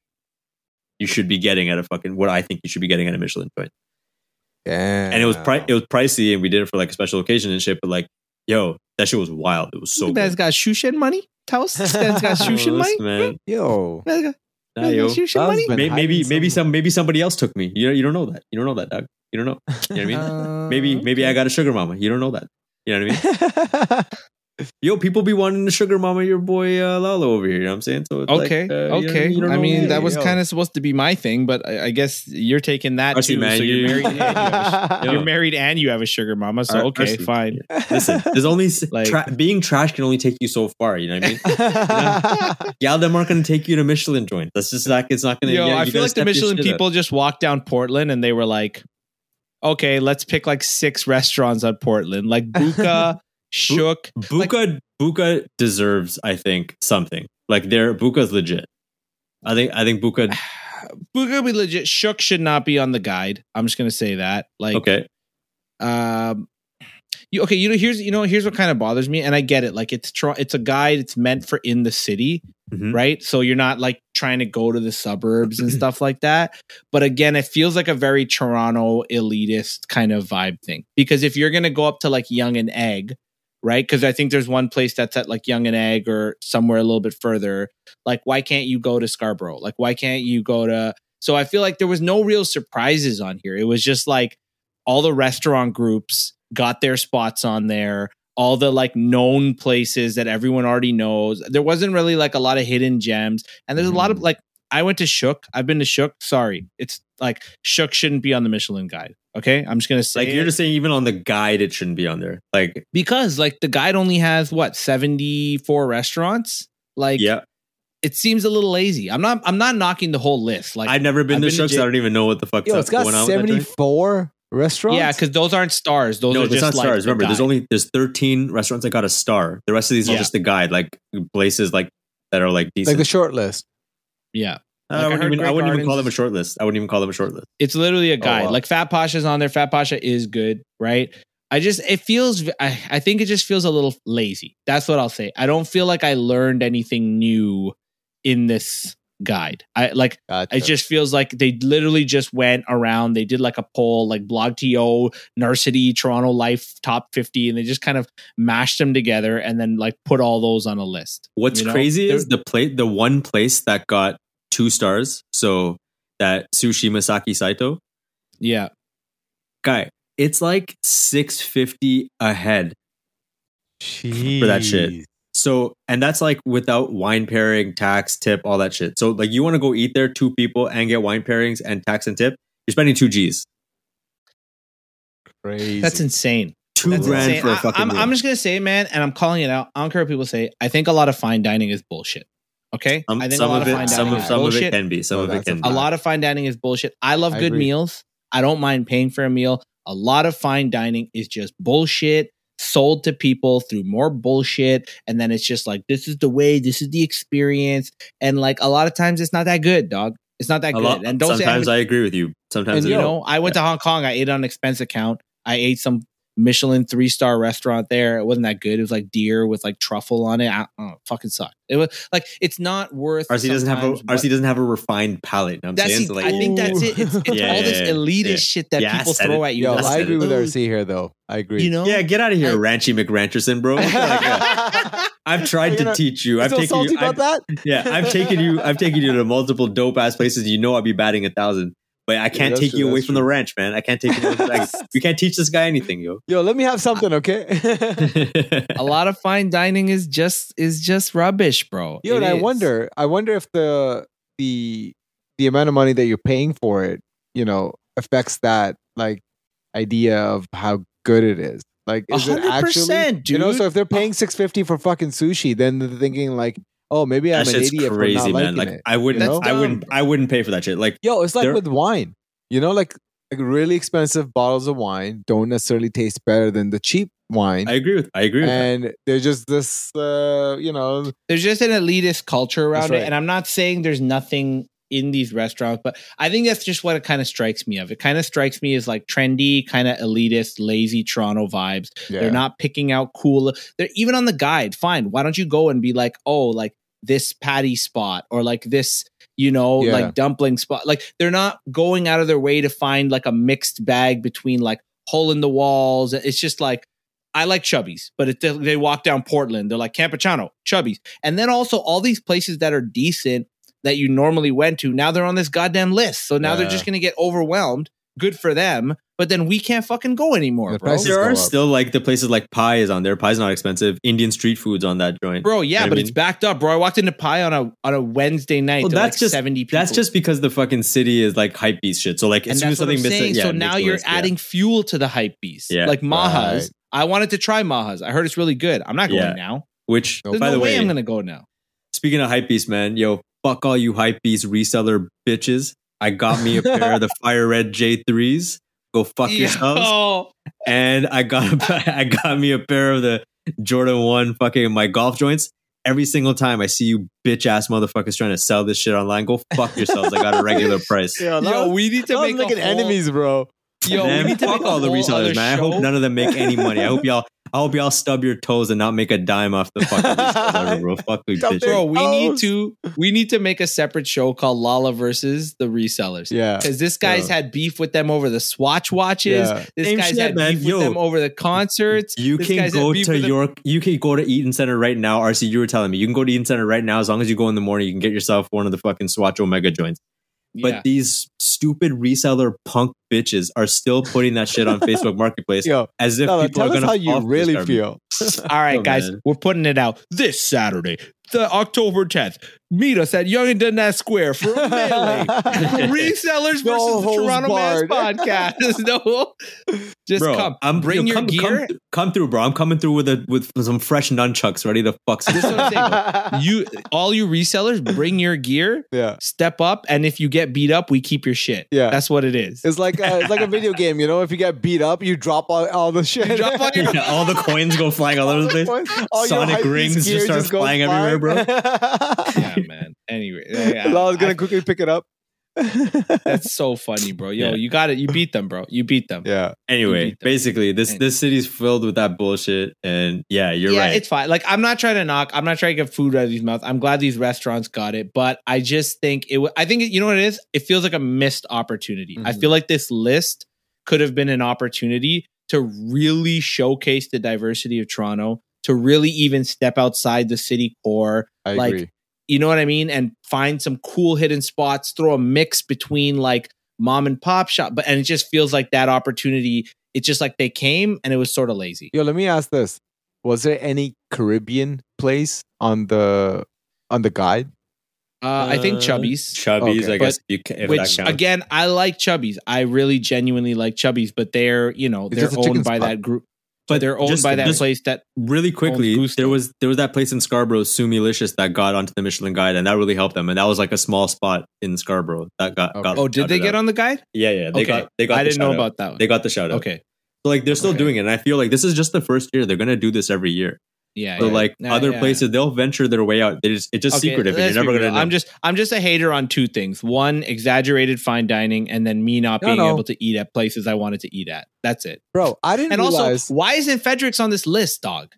[SPEAKER 2] you should be getting at a fucking what I think you should be getting at a Michelin joint
[SPEAKER 3] Damn.
[SPEAKER 2] and it was pri- it was pricey, and we did it for like a special occasion and shit. But like, yo, that shit was wild. It was so
[SPEAKER 1] you
[SPEAKER 2] good.
[SPEAKER 1] guys got shushin money Taos? you guys [laughs] got shushin money
[SPEAKER 2] Listen, man.
[SPEAKER 3] Yo.
[SPEAKER 1] You guys got-
[SPEAKER 2] Nah,
[SPEAKER 1] you
[SPEAKER 2] yo.
[SPEAKER 1] guys got shushin
[SPEAKER 3] That was
[SPEAKER 1] money
[SPEAKER 3] been
[SPEAKER 2] May- maybe
[SPEAKER 3] hiding
[SPEAKER 2] maybe some
[SPEAKER 3] somewhere.
[SPEAKER 2] maybe somebody else took me. You you don't know that. You don't know that, Doug. You don't know. You know what I mean?
[SPEAKER 1] Uh, Oh,
[SPEAKER 2] Maybe maybe I got a sugar mama. You don't know that. You know what
[SPEAKER 1] [laughs]
[SPEAKER 2] I mean? Yo, people be wanting to sugar mama your boy uh, Lalo over here. You know what I'm saying? So it's like,
[SPEAKER 1] okay
[SPEAKER 2] uh, you know-
[SPEAKER 1] okay
[SPEAKER 2] you don't
[SPEAKER 1] i
[SPEAKER 2] know
[SPEAKER 1] mean
[SPEAKER 2] me.
[SPEAKER 1] that was
[SPEAKER 3] yo.
[SPEAKER 1] kind of supposed to be my thing but i, I guess you're taking that
[SPEAKER 2] Archie,
[SPEAKER 1] too
[SPEAKER 2] man,
[SPEAKER 1] so you're
[SPEAKER 2] you-
[SPEAKER 1] married and you [laughs] have a-
[SPEAKER 2] Yeah.
[SPEAKER 1] you're married and you have a sugar mama so
[SPEAKER 2] Ar-
[SPEAKER 1] okay
[SPEAKER 2] Archie.
[SPEAKER 1] fine
[SPEAKER 2] Listen, there's only s-
[SPEAKER 1] [laughs] Like-
[SPEAKER 2] tra- being trash can only take you so far. You know
[SPEAKER 1] [laughs]
[SPEAKER 2] what I mean? Yeah, them aren't going to take you to Michelin joint. That's just like it's not going to.
[SPEAKER 1] Yo,
[SPEAKER 2] yeah,
[SPEAKER 1] I
[SPEAKER 2] you
[SPEAKER 1] feel
[SPEAKER 2] gotta
[SPEAKER 1] like the
[SPEAKER 2] step your
[SPEAKER 1] Michelin
[SPEAKER 2] shit up.
[SPEAKER 1] people just walked down Portland and they were like, okay, let's pick like six restaurants on Portland,
[SPEAKER 2] [laughs]
[SPEAKER 1] like Buka, Shook.
[SPEAKER 2] Buka Buka deserves, I think, something. Like their Buka's legit. I think I think Buka
[SPEAKER 1] Buka be legit. Shook should not be on the guide. I'm just gonna say that. Like,
[SPEAKER 2] okay.
[SPEAKER 1] um, you okay? You know, here's you know, here's what kind of bothers me, and I get it. Like, it's tr- it's a guide. It's meant for in the city.
[SPEAKER 2] Mhm.
[SPEAKER 1] right? So you're not like trying to go to the suburbs and stuff like that. But again, it feels like a very Toronto elitist kind of vibe thing. Because if you're going to go up to like Young and Egg, right? Because I think there's one place that's at like Young and Egg or somewhere a little bit further. Like, why can't you go to Scarborough? Like, why can't you go to. So I feel like there was no real surprises on here. It was just like all the restaurant groups got their spots on there all the like known places that everyone already knows. There wasn't really like a lot of hidden gems. And there's a lot of
[SPEAKER 2] Mm.
[SPEAKER 3] Mhm.
[SPEAKER 1] like I went to Shook. I've been to Shook. Sorry. It's like Shook shouldn't be on the Michelin guide. Okay. I'm just gonna say
[SPEAKER 2] Like you're
[SPEAKER 1] it.
[SPEAKER 2] just saying even on the guide it shouldn't be on there. Like
[SPEAKER 1] because like the guide only has what 74 restaurants? Like
[SPEAKER 2] yeah.
[SPEAKER 1] it seems a little lazy. I'm not I'm not knocking the whole list. Like
[SPEAKER 2] I've never been
[SPEAKER 1] I've
[SPEAKER 2] to
[SPEAKER 1] been to
[SPEAKER 2] Shooks.
[SPEAKER 1] J-
[SPEAKER 2] I don't even know what the
[SPEAKER 3] [laughs]
[SPEAKER 2] fuck's
[SPEAKER 3] Yo,
[SPEAKER 2] up
[SPEAKER 3] it's got
[SPEAKER 2] going on with that joint.
[SPEAKER 3] 74 restaurants.
[SPEAKER 1] yeah, because those aren't stars. Those
[SPEAKER 2] no,
[SPEAKER 1] are
[SPEAKER 2] it's
[SPEAKER 1] just
[SPEAKER 2] not
[SPEAKER 1] like
[SPEAKER 2] stars.
[SPEAKER 1] the
[SPEAKER 2] Remember, there's
[SPEAKER 1] guide.
[SPEAKER 2] only there's 13 restaurants that got a star. The rest of these are
[SPEAKER 1] Yeah.
[SPEAKER 2] just the guide, like places like that are like
[SPEAKER 3] like
[SPEAKER 2] decent.
[SPEAKER 3] the short list.
[SPEAKER 1] yeah.
[SPEAKER 2] I
[SPEAKER 1] like, I
[SPEAKER 2] wouldn't,
[SPEAKER 1] heard
[SPEAKER 2] even, I
[SPEAKER 1] Grey
[SPEAKER 2] wouldn't even call them a
[SPEAKER 1] Gardens
[SPEAKER 2] short list. I wouldn't even call them a short list.
[SPEAKER 1] It's literally
[SPEAKER 2] Oh,
[SPEAKER 1] a guide.
[SPEAKER 3] wow.
[SPEAKER 1] Like Fat Pasha's on there. Fat Pasha is good, right? I just it feels v- I, I think it just feels a little lazy. That's what I'll say. I don't feel like I learned anything new in this guide. I like
[SPEAKER 3] Gotcha.
[SPEAKER 1] it just feels like they literally just went around. They did like a poll, like Blog TO, Narcity, Toronto Life top 50, and they just kind of mashed them together and then like put all those on a list.
[SPEAKER 2] What's
[SPEAKER 1] You know,
[SPEAKER 2] crazy
[SPEAKER 1] there-
[SPEAKER 2] is the plate, the one place that got two stars. So that sushi Masaki Saito
[SPEAKER 1] Yeah.
[SPEAKER 2] guy, it's like six fifty ahead. for that shit.
[SPEAKER 3] Jeez.
[SPEAKER 2] So and that's like without wine pairing, tax, tip, all that shit. So like you want to go eat there, two people, and get wine pairings and tax and tip. You're spending two G's,
[SPEAKER 3] Crazy.
[SPEAKER 1] That's insane.
[SPEAKER 2] two
[SPEAKER 1] That's
[SPEAKER 2] grand
[SPEAKER 1] insane.
[SPEAKER 2] for a
[SPEAKER 1] I-
[SPEAKER 2] fucking.
[SPEAKER 1] I'm,
[SPEAKER 2] meal.
[SPEAKER 1] I'm just gonna say, man, and I'm calling it out. I don't care what people say. I think a lot of fine dining is bullshit. Okay,
[SPEAKER 2] Um,
[SPEAKER 1] I think
[SPEAKER 2] some
[SPEAKER 1] a lot
[SPEAKER 2] of it, some
[SPEAKER 3] dining
[SPEAKER 2] of
[SPEAKER 1] is
[SPEAKER 2] some of it
[SPEAKER 1] bullshit.
[SPEAKER 2] can be, some
[SPEAKER 3] Oh,
[SPEAKER 2] of it
[SPEAKER 3] that's a
[SPEAKER 2] can.
[SPEAKER 1] a
[SPEAKER 2] be.
[SPEAKER 1] lot of fine dining is bullshit. I love
[SPEAKER 3] I
[SPEAKER 1] good
[SPEAKER 3] agree.
[SPEAKER 1] meals. I don't mind paying for a meal. A lot of fine dining is just bullshit sold to people through more bullshit and then it's just like this is the way this is the experience and like a lot of times it's not that good dog it's not that
[SPEAKER 2] A
[SPEAKER 1] good
[SPEAKER 2] lot-
[SPEAKER 1] and don't say I'm
[SPEAKER 2] sometimes I agree with you. Sometimes
[SPEAKER 1] and
[SPEAKER 2] I
[SPEAKER 1] you
[SPEAKER 2] don't.
[SPEAKER 1] know, I went to Hong Kong. I ate on an expense account. I ate some Michelin three star restaurant there. It wasn't that good. It was like deer with like truffle on it. I, oh, it fucking sucked. It was like it's not worth.
[SPEAKER 2] RC doesn't have a
[SPEAKER 1] sometimes what-
[SPEAKER 2] RC doesn't have a refined palate. you know what I'm
[SPEAKER 1] That's
[SPEAKER 2] saying
[SPEAKER 1] it.
[SPEAKER 2] So, like,
[SPEAKER 1] I think that's it. It's, it's
[SPEAKER 2] Yeah,
[SPEAKER 1] all this
[SPEAKER 2] yeah, yeah.
[SPEAKER 1] elitist
[SPEAKER 2] Yeah.
[SPEAKER 1] shit that
[SPEAKER 2] Yeah, I
[SPEAKER 1] people
[SPEAKER 2] said
[SPEAKER 1] throw
[SPEAKER 2] it.
[SPEAKER 1] at [laughs] you.
[SPEAKER 3] Yo,
[SPEAKER 1] That's
[SPEAKER 3] I
[SPEAKER 1] it.
[SPEAKER 3] agree with
[SPEAKER 1] Ooh,
[SPEAKER 3] RC here though. I agree. [laughs]
[SPEAKER 1] You know,
[SPEAKER 2] yeah, get out of here,
[SPEAKER 1] I-
[SPEAKER 2] Ranchy McRancherson, bro. Like, uh,
[SPEAKER 3] [laughs]
[SPEAKER 2] I've tried
[SPEAKER 3] You're
[SPEAKER 2] to
[SPEAKER 3] not-
[SPEAKER 2] teach you. I've
[SPEAKER 3] so
[SPEAKER 2] taken
[SPEAKER 3] salty
[SPEAKER 2] you.
[SPEAKER 3] about
[SPEAKER 2] I've,
[SPEAKER 3] that?
[SPEAKER 2] yeah, I've taken you. I've taken you to multiple dope ass places. You know, I'll be batting a thousand, but I can't
[SPEAKER 3] that's
[SPEAKER 2] take
[SPEAKER 3] true,
[SPEAKER 2] you away
[SPEAKER 3] that's
[SPEAKER 2] from the
[SPEAKER 3] true.
[SPEAKER 2] ranch, man. I can't take you. Away from,
[SPEAKER 3] [laughs]
[SPEAKER 2] like, you can't teach this guy anything, yo.
[SPEAKER 3] Yo, let me have something,
[SPEAKER 1] [laughs]
[SPEAKER 2] [laughs]
[SPEAKER 3] okay?
[SPEAKER 1] a lot of fine dining is just is just rubbish, bro.
[SPEAKER 3] Yo,
[SPEAKER 1] It
[SPEAKER 3] and I
[SPEAKER 1] is.
[SPEAKER 3] wonder, I wonder if the the the amount of money that you're paying for it, you know, affects that like idea of how good it is. Like,
[SPEAKER 1] A
[SPEAKER 3] is it
[SPEAKER 1] hundred
[SPEAKER 3] actually?
[SPEAKER 1] percent, dude.
[SPEAKER 3] You know, so if they're paying six fifty for fucking sushi, then they're thinking like, oh, maybe I'm
[SPEAKER 2] that
[SPEAKER 3] an
[SPEAKER 2] shit's
[SPEAKER 3] idiot for
[SPEAKER 2] crazy,
[SPEAKER 3] not
[SPEAKER 2] man.
[SPEAKER 3] liking
[SPEAKER 2] Like
[SPEAKER 3] it.
[SPEAKER 2] I wouldn't.
[SPEAKER 3] you know?
[SPEAKER 2] I wouldn't. I wouldn't pay for that shit. Like
[SPEAKER 3] Yo, it's like
[SPEAKER 2] There-
[SPEAKER 3] with wine. You know, like like really expensive bottles of wine don't necessarily taste better than the cheap wine.
[SPEAKER 2] I agree with. I agree with. that.
[SPEAKER 3] and there's just this, uh, you know,
[SPEAKER 1] there's just an elitist culture around
[SPEAKER 3] That's
[SPEAKER 1] it
[SPEAKER 3] right.
[SPEAKER 1] and i'm not saying there's nothing in these restaurants but i think that's just what it kind of strikes me of it kind of strikes me as like trendy kind of elitist lazy toronto vibes
[SPEAKER 3] yeah.
[SPEAKER 1] they're not picking out cool they're even on the guide fine why don't you go and be like oh like this patty spot or like this you know
[SPEAKER 3] Yeah.
[SPEAKER 1] like dumpling spot like they're not going out of their way to find like a mixed bag between like hole in the walls it's just like I like Chubby's, but it, they walk down Portland. They're like Campachano, Chubby's. And then also all these places that are decent that you normally went to, now they're on this goddamn list. So now they're
[SPEAKER 2] Yeah.
[SPEAKER 1] just going to get overwhelmed. Good for them. But then we can't fucking go anymore,
[SPEAKER 3] The
[SPEAKER 1] bro.
[SPEAKER 3] prices
[SPEAKER 2] There
[SPEAKER 3] go
[SPEAKER 2] are
[SPEAKER 3] up.
[SPEAKER 2] still like the places like pie is on there. Pie's not expensive. Indian street foods on that joint.
[SPEAKER 1] Bro, yeah,
[SPEAKER 2] I
[SPEAKER 1] but
[SPEAKER 2] mean-
[SPEAKER 1] it's backed up, bro. I walked into Pie on a on a Wednesday night.
[SPEAKER 2] Well,
[SPEAKER 1] to
[SPEAKER 2] that's
[SPEAKER 1] like
[SPEAKER 2] just-
[SPEAKER 1] 70 people.
[SPEAKER 2] That's just because the fucking city is like hype beast shit. So like as
[SPEAKER 1] and
[SPEAKER 2] soon
[SPEAKER 1] that's
[SPEAKER 2] as
[SPEAKER 1] what
[SPEAKER 2] something
[SPEAKER 1] I'm
[SPEAKER 2] misses,
[SPEAKER 1] saying.
[SPEAKER 2] yeah,
[SPEAKER 1] so
[SPEAKER 2] it
[SPEAKER 1] now
[SPEAKER 2] makes the
[SPEAKER 1] you're
[SPEAKER 2] list, yeah.
[SPEAKER 1] adding fuel to the hype beast.
[SPEAKER 2] Yeah.
[SPEAKER 1] like Maha's.
[SPEAKER 3] Right.
[SPEAKER 1] I wanted to try Maha's. I heard it's really good. I'm not going
[SPEAKER 2] Yeah.
[SPEAKER 1] now.
[SPEAKER 2] Which
[SPEAKER 3] Nope.
[SPEAKER 1] There's
[SPEAKER 2] by
[SPEAKER 1] no
[SPEAKER 2] the way,
[SPEAKER 1] way I'm going to go now.
[SPEAKER 2] speaking of hype beast, man, yo, fuck all you hype beast reseller bitches. I got
[SPEAKER 1] [laughs]
[SPEAKER 2] me a pair of the fire red J threes. Go fuck
[SPEAKER 1] [laughs]
[SPEAKER 2] yourselves.
[SPEAKER 1] Yo.
[SPEAKER 2] And I got a, [laughs] I got me a pair of the Jordan One fucking my golf joints. Every single time I see you bitch ass motherfuckers trying to sell this shit online, go fuck yourselves. I got
[SPEAKER 1] [laughs]
[SPEAKER 2] a regular price.
[SPEAKER 3] Yo,
[SPEAKER 1] Yo, we need to
[SPEAKER 3] Stop
[SPEAKER 1] make
[SPEAKER 3] making
[SPEAKER 1] a whole-
[SPEAKER 3] enemies, bro.
[SPEAKER 1] Yo, we
[SPEAKER 2] man,
[SPEAKER 1] need to
[SPEAKER 2] fuck
[SPEAKER 1] make a [laughs]
[SPEAKER 2] all the
[SPEAKER 1] whole other
[SPEAKER 2] resellers, man. I
[SPEAKER 1] show.
[SPEAKER 2] hope none of them make any money. I hope y'all, I hope y'all stub your toes and not make a dime off the
[SPEAKER 1] [laughs]
[SPEAKER 2] fucking resellers, ever, bro. Fuck you,
[SPEAKER 3] Stop
[SPEAKER 2] bitch.
[SPEAKER 1] Bro,
[SPEAKER 3] their
[SPEAKER 1] we need
[SPEAKER 3] toes.
[SPEAKER 1] to we need to make a separate show called Lala versus the resellers.
[SPEAKER 3] Yeah.
[SPEAKER 1] Because this guy's had beef with them over the Swatch watches.
[SPEAKER 3] yeah.
[SPEAKER 1] This
[SPEAKER 2] Same
[SPEAKER 1] guy's
[SPEAKER 2] shit,
[SPEAKER 1] had
[SPEAKER 2] man.
[SPEAKER 1] beef
[SPEAKER 2] Yo.
[SPEAKER 1] with them over the concerts.
[SPEAKER 2] You
[SPEAKER 1] This
[SPEAKER 2] can
[SPEAKER 1] guy's at
[SPEAKER 2] go
[SPEAKER 1] beef
[SPEAKER 2] to
[SPEAKER 1] with the-
[SPEAKER 2] York. You can go to Eaton Center right now, RC. You were telling me you can go to Eaton Center right now as long as you go in the morning. You can get yourself one of the fucking Swatch Omega joints. But
[SPEAKER 1] Yeah.
[SPEAKER 2] these stupid reseller punk bitches are still putting that shit on Facebook Marketplace
[SPEAKER 3] Yo,
[SPEAKER 2] as if
[SPEAKER 3] Lala,
[SPEAKER 2] people are
[SPEAKER 3] tell us
[SPEAKER 2] gonna
[SPEAKER 3] how
[SPEAKER 2] fall
[SPEAKER 3] you
[SPEAKER 2] for this
[SPEAKER 3] really
[SPEAKER 2] garbage.
[SPEAKER 1] [laughs]
[SPEAKER 3] feel.
[SPEAKER 1] All right,
[SPEAKER 2] Oh,
[SPEAKER 1] guys,
[SPEAKER 2] man.
[SPEAKER 1] we're putting it out this Saturday, the October 10th. Meet us at Young and Dundas Square for a [laughs] melee. Resellers versus
[SPEAKER 3] No
[SPEAKER 1] the
[SPEAKER 3] holds
[SPEAKER 1] Toronto
[SPEAKER 3] barred.
[SPEAKER 1] [laughs] Mass Podcast. No, just
[SPEAKER 2] bro,
[SPEAKER 1] come.
[SPEAKER 2] I'm
[SPEAKER 1] Bring
[SPEAKER 2] yo,
[SPEAKER 1] your
[SPEAKER 2] come,
[SPEAKER 1] gear.
[SPEAKER 2] Come, come through, bro. I'm coming through with a with some fresh nunchucks ready to fuck. Some
[SPEAKER 1] This
[SPEAKER 2] [laughs]
[SPEAKER 1] is what
[SPEAKER 3] [laughs]
[SPEAKER 1] I'm saying. You, all you resellers, bring your gear.
[SPEAKER 3] yeah.
[SPEAKER 1] step up and if you get beat up we keep your shit
[SPEAKER 3] Yeah.
[SPEAKER 1] that's what it [laughs] is
[SPEAKER 3] It's like a, it's like a video game, you know. If you get beat up, you drop all, all the shit.
[SPEAKER 1] You drop all
[SPEAKER 3] [laughs]
[SPEAKER 2] [laughs]
[SPEAKER 1] your-
[SPEAKER 2] Yeah, all the coins go flying all over the place.
[SPEAKER 3] all
[SPEAKER 2] Sonic
[SPEAKER 3] hypebeast
[SPEAKER 2] rings just
[SPEAKER 3] gear
[SPEAKER 2] start
[SPEAKER 3] goes
[SPEAKER 2] flying everywhere, bro.
[SPEAKER 3] [laughs]
[SPEAKER 1] yeah man anyway I- I-
[SPEAKER 3] Lala's gonna quickly pick it up. [laughs]
[SPEAKER 1] That's so funny, bro. Yo,
[SPEAKER 2] Yeah.
[SPEAKER 1] you got it. You beat them, bro. You beat them.
[SPEAKER 3] yeah.
[SPEAKER 1] You
[SPEAKER 2] Anyway,
[SPEAKER 1] beat them.
[SPEAKER 2] basically, this this city's filled with that bullshit, and yeah, you're
[SPEAKER 1] yeah,
[SPEAKER 2] right.
[SPEAKER 1] it's fine. Like I'm not trying to knock. I'm not trying to get food out of these mouths. I'm glad these restaurants got it, but I just think it. wa- I think you know what it is. It feels like a missed opportunity. I
[SPEAKER 3] Mhm.
[SPEAKER 2] Mm-hmm.
[SPEAKER 1] feel like this list could have been an opportunity to really showcase the diversity of Toronto, to really even step outside the city core.
[SPEAKER 3] I
[SPEAKER 1] Like,
[SPEAKER 3] agree.
[SPEAKER 1] You know what I mean? And find some cool hidden spots. Throw a mix between like mom and pop shop, but and it just feels like that opportunity. It's just like they came and it was sort of lazy.
[SPEAKER 3] Yo, let me ask this: Was there any Caribbean place on the on the guide?
[SPEAKER 1] Uh, I think
[SPEAKER 2] Uh,
[SPEAKER 1] Chubby's.
[SPEAKER 2] Chubbies,
[SPEAKER 3] Okay.
[SPEAKER 2] I guess you can, if
[SPEAKER 1] which
[SPEAKER 2] that counts.
[SPEAKER 1] again i like chubbies i really genuinely like chubbies but they're you know
[SPEAKER 3] It's
[SPEAKER 1] they're
[SPEAKER 3] just a chicken
[SPEAKER 1] owned by
[SPEAKER 3] spot.
[SPEAKER 1] that group but
[SPEAKER 2] But
[SPEAKER 1] they're owned
[SPEAKER 2] just-
[SPEAKER 1] by that
[SPEAKER 2] just-
[SPEAKER 1] place that
[SPEAKER 2] really quickly,
[SPEAKER 1] Gusto.
[SPEAKER 2] there was there was that place in Scarborough, Sumilicious, that got onto the Michelin Guide, and that really helped them. And that was like a small spot in Scarborough that got.
[SPEAKER 3] Okay.
[SPEAKER 2] got
[SPEAKER 1] oh did they
[SPEAKER 2] shouted
[SPEAKER 1] get
[SPEAKER 2] out.
[SPEAKER 1] on the guide
[SPEAKER 2] Yeah, yeah, they
[SPEAKER 1] Okay.
[SPEAKER 2] got. They got.
[SPEAKER 1] i
[SPEAKER 2] the
[SPEAKER 1] didn't know
[SPEAKER 2] shout out.
[SPEAKER 1] about that one
[SPEAKER 2] They got the shout out.
[SPEAKER 1] okay
[SPEAKER 2] So like they're still
[SPEAKER 1] Okay.
[SPEAKER 2] doing it, and I feel like this is just the first year. They're gonna do this every year.
[SPEAKER 1] yeah
[SPEAKER 2] So
[SPEAKER 1] yeah.
[SPEAKER 2] like
[SPEAKER 1] Nah,
[SPEAKER 2] other
[SPEAKER 1] yeah.
[SPEAKER 2] places, they'll venture their way out. They just it's just
[SPEAKER 1] Okay,
[SPEAKER 2] secretive, and
[SPEAKER 1] let's
[SPEAKER 2] you're
[SPEAKER 1] be
[SPEAKER 2] never gonna.
[SPEAKER 1] real.
[SPEAKER 2] Know.
[SPEAKER 1] i'm just i'm just a hater on two things one exaggerated fine dining and then me not
[SPEAKER 3] No,
[SPEAKER 1] being
[SPEAKER 3] no.
[SPEAKER 1] able to eat at places i wanted to eat at that's it
[SPEAKER 3] Bro, I didn't
[SPEAKER 1] and
[SPEAKER 3] realize.
[SPEAKER 1] also why isn't Fedric's on this list dog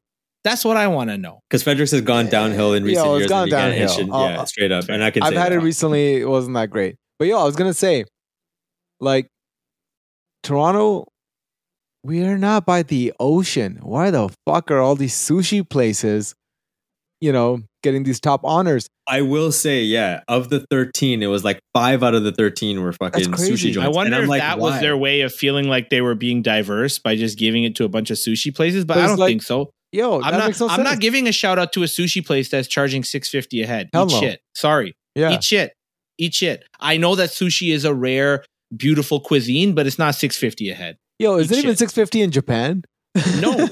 [SPEAKER 1] that's what i want to know
[SPEAKER 2] because Fredericks has gone downhill in
[SPEAKER 3] Yo,
[SPEAKER 2] recent
[SPEAKER 3] it's
[SPEAKER 2] years.
[SPEAKER 3] gone
[SPEAKER 2] and you can't- it
[SPEAKER 3] downhill.
[SPEAKER 2] should-
[SPEAKER 3] I'll-
[SPEAKER 2] yeah, straight up, and I can.
[SPEAKER 3] I've
[SPEAKER 2] say
[SPEAKER 3] had it
[SPEAKER 2] that.
[SPEAKER 3] recently. It wasn't that great. But yo, I was gonna say, like, Toronto, we are not by the ocean. Why the fuck are all these sushi places, you know, getting these top honors?
[SPEAKER 2] I will say, yeah, of the thirteen, it was like five out of the thirteen were fucking
[SPEAKER 3] crazy.
[SPEAKER 2] sushi joints.
[SPEAKER 1] I
[SPEAKER 2] And
[SPEAKER 1] wonder
[SPEAKER 2] I'm
[SPEAKER 1] if
[SPEAKER 2] like,
[SPEAKER 1] that was
[SPEAKER 2] why?
[SPEAKER 1] their way of feeling like they were being diverse by just giving it to a bunch of sushi places, but,
[SPEAKER 3] But
[SPEAKER 1] I
[SPEAKER 3] it's
[SPEAKER 1] don't
[SPEAKER 3] like-
[SPEAKER 1] think so.
[SPEAKER 3] Yo,
[SPEAKER 1] I'm
[SPEAKER 3] that
[SPEAKER 1] not.
[SPEAKER 3] makes no
[SPEAKER 1] I'm
[SPEAKER 3] sense.
[SPEAKER 1] not giving a shout out to a sushi place that's charging six fifty a head.
[SPEAKER 3] Hell
[SPEAKER 1] Eat
[SPEAKER 3] no.
[SPEAKER 1] shit. Sorry.
[SPEAKER 3] yeah,
[SPEAKER 1] Eat shit. Eat shit. I know that sushi is a rare, beautiful cuisine, but it's not six fifty a head.
[SPEAKER 3] yo, is
[SPEAKER 1] eat
[SPEAKER 3] it even
[SPEAKER 1] shit.
[SPEAKER 3] six fifty in Japan? [laughs]
[SPEAKER 1] No.
[SPEAKER 2] [laughs]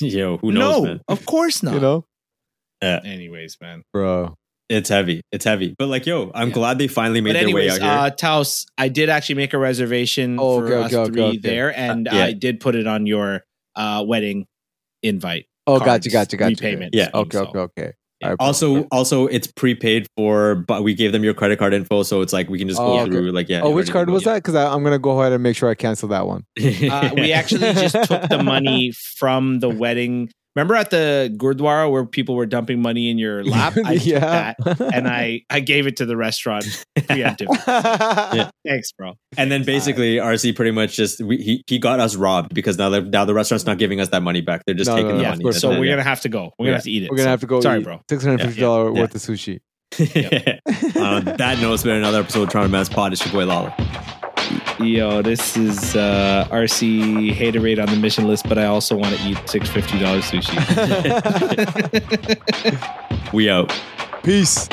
[SPEAKER 2] Yo, who knows?
[SPEAKER 1] no,
[SPEAKER 2] man?
[SPEAKER 1] of course not.
[SPEAKER 3] you know,
[SPEAKER 1] Anyways, man.
[SPEAKER 3] bro.
[SPEAKER 2] It's heavy. It's heavy. But like, yo, I'm
[SPEAKER 1] Yeah.
[SPEAKER 2] glad they finally made
[SPEAKER 1] but
[SPEAKER 2] their way
[SPEAKER 1] anyways,
[SPEAKER 2] out here.
[SPEAKER 1] uh, Taos, I did actually make a reservation
[SPEAKER 3] Oh,
[SPEAKER 1] for
[SPEAKER 3] okay,
[SPEAKER 1] us
[SPEAKER 3] okay, okay,
[SPEAKER 1] three
[SPEAKER 3] okay.
[SPEAKER 1] there, and
[SPEAKER 2] Uh, yeah.
[SPEAKER 1] I did put it on your uh, wedding invite.
[SPEAKER 3] Oh,
[SPEAKER 1] cards
[SPEAKER 3] gotcha, gotcha, gotcha.
[SPEAKER 1] repayment.
[SPEAKER 2] Yeah.
[SPEAKER 1] scheme,
[SPEAKER 3] Okay,
[SPEAKER 1] so.
[SPEAKER 3] okay,
[SPEAKER 1] uh,
[SPEAKER 3] okay.
[SPEAKER 1] Yeah.
[SPEAKER 3] All right, bro.
[SPEAKER 2] also, also, it's prepaid for, but we gave them your credit card info, so it's like we can just
[SPEAKER 3] Oh,
[SPEAKER 2] go
[SPEAKER 3] okay.
[SPEAKER 2] through. Like, yeah.
[SPEAKER 3] oh, which card was
[SPEAKER 2] yeah.
[SPEAKER 3] that? Because I'm gonna go ahead and make sure I cancel that one.
[SPEAKER 2] [laughs]
[SPEAKER 1] Uh,
[SPEAKER 3] [laughs]
[SPEAKER 1] we actually just took the money from the wedding. Remember at the Gurdwara where people were dumping money in your lap?
[SPEAKER 3] [laughs]
[SPEAKER 1] I took that and I, I gave it to the restaurant
[SPEAKER 3] [laughs]
[SPEAKER 1] preemptive.
[SPEAKER 3] yeah.
[SPEAKER 1] Thanks, bro.
[SPEAKER 2] and then basically, RC pretty much just we, he he got us robbed because now that now the restaurant's not giving us that money back. They're just
[SPEAKER 3] No, no,
[SPEAKER 2] taking
[SPEAKER 3] no,
[SPEAKER 2] the
[SPEAKER 1] Yeah,
[SPEAKER 3] Uh, of
[SPEAKER 2] money.
[SPEAKER 3] course.
[SPEAKER 2] And
[SPEAKER 1] So
[SPEAKER 2] then,
[SPEAKER 1] we're gonna have to go. We're
[SPEAKER 2] Yeah.
[SPEAKER 1] gonna have to eat it.
[SPEAKER 3] We're gonna have to go.
[SPEAKER 1] Sorry, bro.
[SPEAKER 3] Six hundred fifty dollars
[SPEAKER 2] Yeah.
[SPEAKER 3] worth of sushi.
[SPEAKER 2] [laughs]
[SPEAKER 3] [laughs]
[SPEAKER 2] yeah. On that note, it's been another episode of Toronto Mass Pod. It's your boy Lala.
[SPEAKER 1] Yo, this is uh, RC haterade on the mission list, but I also want to eat six fifty dollars sushi.
[SPEAKER 2] We out.
[SPEAKER 3] Peace.